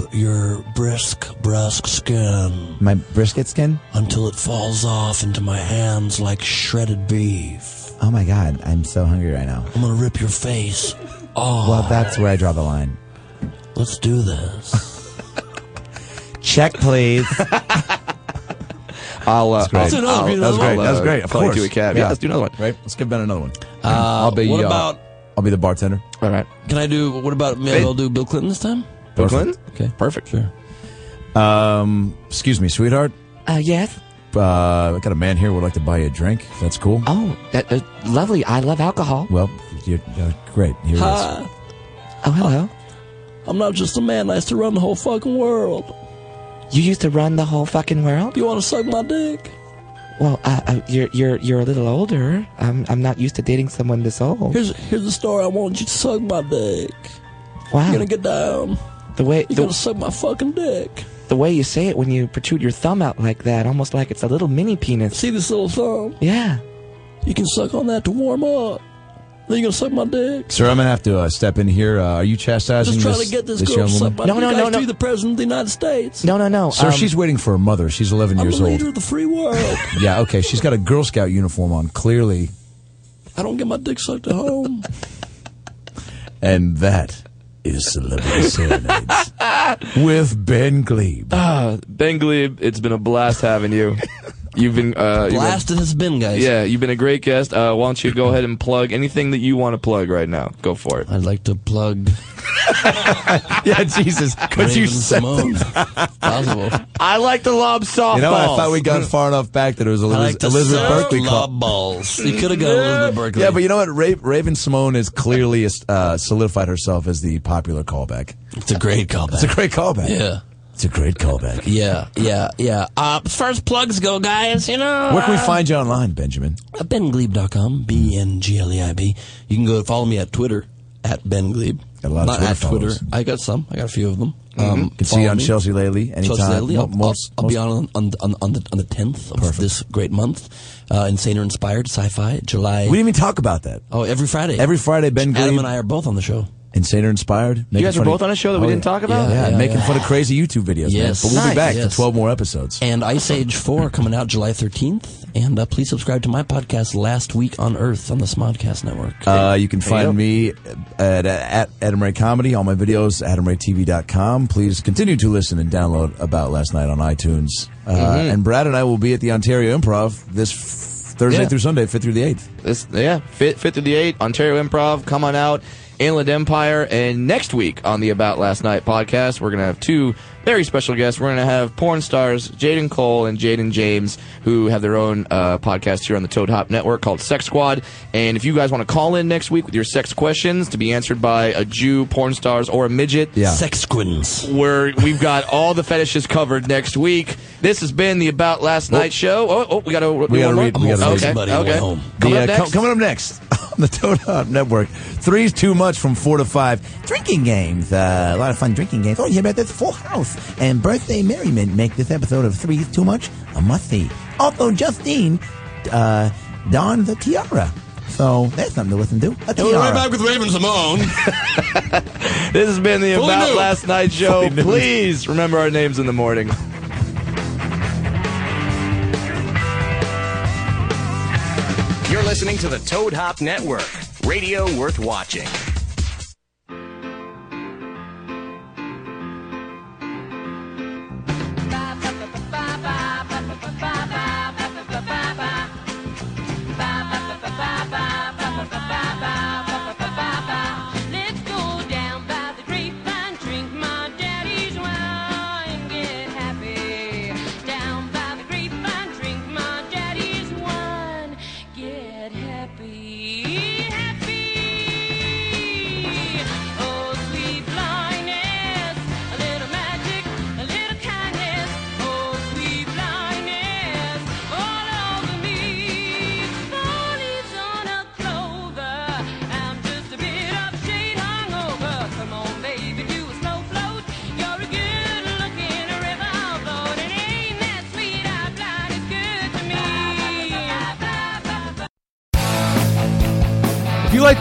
S7: rub your brisk, brusque skin
S6: My brisket skin.
S7: until it falls off into my hands like shredded beef.
S6: Oh my God, I'm so hungry right now.
S7: I'm gonna rip your face. Oh,
S6: Well, that's where I draw the line.
S7: let's do this.
S6: Check, please.
S3: I'll. Uh, I'll-
S4: That's great.
S3: I'll-
S4: that was great.
S3: I'll,
S4: That was
S3: uh,
S4: great. Of
S3: probably
S4: course.
S3: do a cab. Yeah. let's do another one.
S4: Right. Let's give Ben another one.
S7: Uh,
S4: I'll be.
S7: what
S4: uh,
S7: about-
S4: I'll be the bartender.
S3: All right.
S7: Can I do? What about maybe
S4: Hey.
S7: I'll do Bill Clinton this time?
S3: Bill Clinton?
S7: Okay.
S3: Perfect.
S7: Sure.
S4: Um, excuse me, sweetheart.
S5: Uh, yes.
S4: Uh, I got a man here. Would like to buy you a drink. If that's cool.
S5: Oh, that, uh, lovely. I love alcohol.
S4: Well, you're, uh, great. Here it is.
S7: Hi.
S5: Oh, hello.
S7: I'm not just a man. I used to run the whole fucking world.
S5: You used to run the whole fucking world.
S7: You want to suck my dick?
S5: Well, uh, uh, you're you're you're a little older. I'm I'm not used to dating someone this old.
S7: Here's here's the story. I want you to suck my dick.
S5: Wow.
S7: You're gonna get down.
S5: the way
S7: You're gonna
S5: the,
S7: suck my fucking dick.
S5: the way you say it when you protrude your thumb out like that, almost like it's a little mini penis.
S7: See this little thumb?
S5: Yeah.
S7: You can suck on that to warm up. Then you're gonna suck my dick.
S4: Sir, I'm gonna have to uh, step in here. Uh, are you chastising
S7: Just trying
S4: this,
S7: to get this, girl
S4: young
S7: to
S4: woman?
S7: suck my dick.
S5: No, no,
S7: I
S5: no,
S7: used to
S5: no.
S7: be the president of the United States.
S5: No, no, no.
S4: Sir,
S5: um,
S4: she's waiting for her mother. She's 11
S7: I'm
S4: years
S7: the
S4: old.
S7: leader of the free world.
S4: Yeah, okay. She's got a Girl Scout uniform on, clearly,
S7: I don't get my dick sucked at home.
S4: and that is celebrity serenades with Ben Glebe.
S3: Ah, ben Glebe, it's been a blast having you. You've been uh, you've
S7: Blast it has been,
S3: been-
S7: guys.
S3: yeah, you've been a great guest. Uh, why don't you go ahead and plug anything that you want to plug right now? Go for it.
S7: I'd like to plug.
S4: yeah, Jesus, could you
S7: Raven
S4: say
S7: Simone. Possible.
S1: I like to lob softballs.
S4: You know, I thought we'd
S5: Mm.
S4: gone far enough back that it was
S7: I
S4: Eliz-
S7: like to
S4: Elizabeth
S7: suck
S4: Berkley
S7: lob
S4: call.
S7: balls. You could have gone Elizabeth Berkley.
S4: Yeah, but you know what? Ra- Raven Simone has clearly uh, solidified herself as the popular callback.
S7: It's a great
S4: It's
S7: callback.
S4: a great callback.
S7: Yeah.
S4: It's a great callback.
S7: Yeah, yeah, yeah. Uh, as far as plugs go, guys, you know.
S4: Where can
S5: Uh,
S4: we find you online, Benjamin?
S7: Uh, BenGlieb.com, B E N G L E I B. You can go follow me at Twitter
S5: at Ben Glebe.
S17: Got a lot of
S5: Not
S17: Twitter
S5: at Twitter.
S17: followers.
S5: I got some. I got a few of them. Um,
S17: Mhm. You can see
S5: follow
S17: on
S5: me.
S17: Chelsea Lately anytime.
S5: Chelsea Lately. I'll,
S17: Mo- most-
S5: I'll, I'll be on on on, on the on the tenth of this great month. Uh, Insane or Inspired Sci-Fi July.
S17: We didn't even talk about that.
S5: Oh, every Friday.
S17: Every Friday, Ben
S5: Adam
S17: Glebe-
S5: and I are both on the show.
S17: Insane or inspired? Making
S5: guys were
S17: fun of-
S5: both on a show that we
S17: Oh,
S5: didn't talk about?
S17: Yeah,
S5: Yeah, yeah,
S17: making
S5: yeah.
S17: fun of crazy YouTube videos. man.
S5: Yes.
S17: but we'll be
S5: Nice.
S17: back
S5: Yes.
S17: for twelve more episodes.
S5: And Ice Age 4 coming out July 13th. And uh, please subscribe to my podcast, Last Week on Earth, on the Smodcast Network.
S17: Uh, you can
S5: There you go.
S17: find me at, at Adam Ray Comedy. All my videos, adamraytv.com. Please continue to listen and download About Last Night on iTunes. Uh,
S3: Mhm.
S5: Mm-hmm.
S17: And Brad and I will be at the Ontario Improv this f- Thursday
S3: Yeah.
S17: through Sunday, 5th through the 8th.
S3: This, yeah, fifth, fifth through the eighth, Ontario Improv. Come on out, Inland Empire, and next week on the About Last Night podcast, we're gonna have two very special guests. We're gonna have porn stars Jaden Cole and Jaden James, who have their own uh, podcast here on the Toad Hop Network called Sex Squad. And if you guys want to call in next week with your sex questions to be answered by a Jew, porn stars, or a midget,
S5: Yeah. Sex squins.
S3: We're we've got all the fetishes covered next week. This has been the About Last Night show. Oh, oh, we gotta
S17: We got to read. We got to
S3: okay,
S17: read.
S3: Okay.
S17: The,
S3: Coming
S17: uh,
S3: up
S17: com-
S3: next.
S17: coming up next on the Toad Hop Network. Three's too much from four to five. Drinking games. Uh, a lot of fun drinking games.
S6: Don't hear about this full house and birthday merriment make this episode of Three Too Much a must see. Also, Justine uh, donned the tiara. So that's something to listen to. A
S5: we'll be right
S6: tiara.
S5: back with Raven Simone.
S3: This has been the
S5: Fully
S3: About
S5: nude.
S3: Last Night show.
S5: Fully nude.
S3: Please remember our names in the morning.
S1: You're listening to the Toad Hop Network, radio worth watching.
S18: Let's go down by the grapevine, drink my daddy's wine, get happy. Down by the grapevine, drink my daddy's wine, get happy. Happy. Oh, sweet blindness, a little magic, a little kindness. Oh, sweet blindness, all over me. Four leaves on a clover. I'm just a bit upstate hungover. Come on, baby, do a slow float. You're a good-looking river boat, and ain't that sweet? Our blind is good to me.
S19: If you like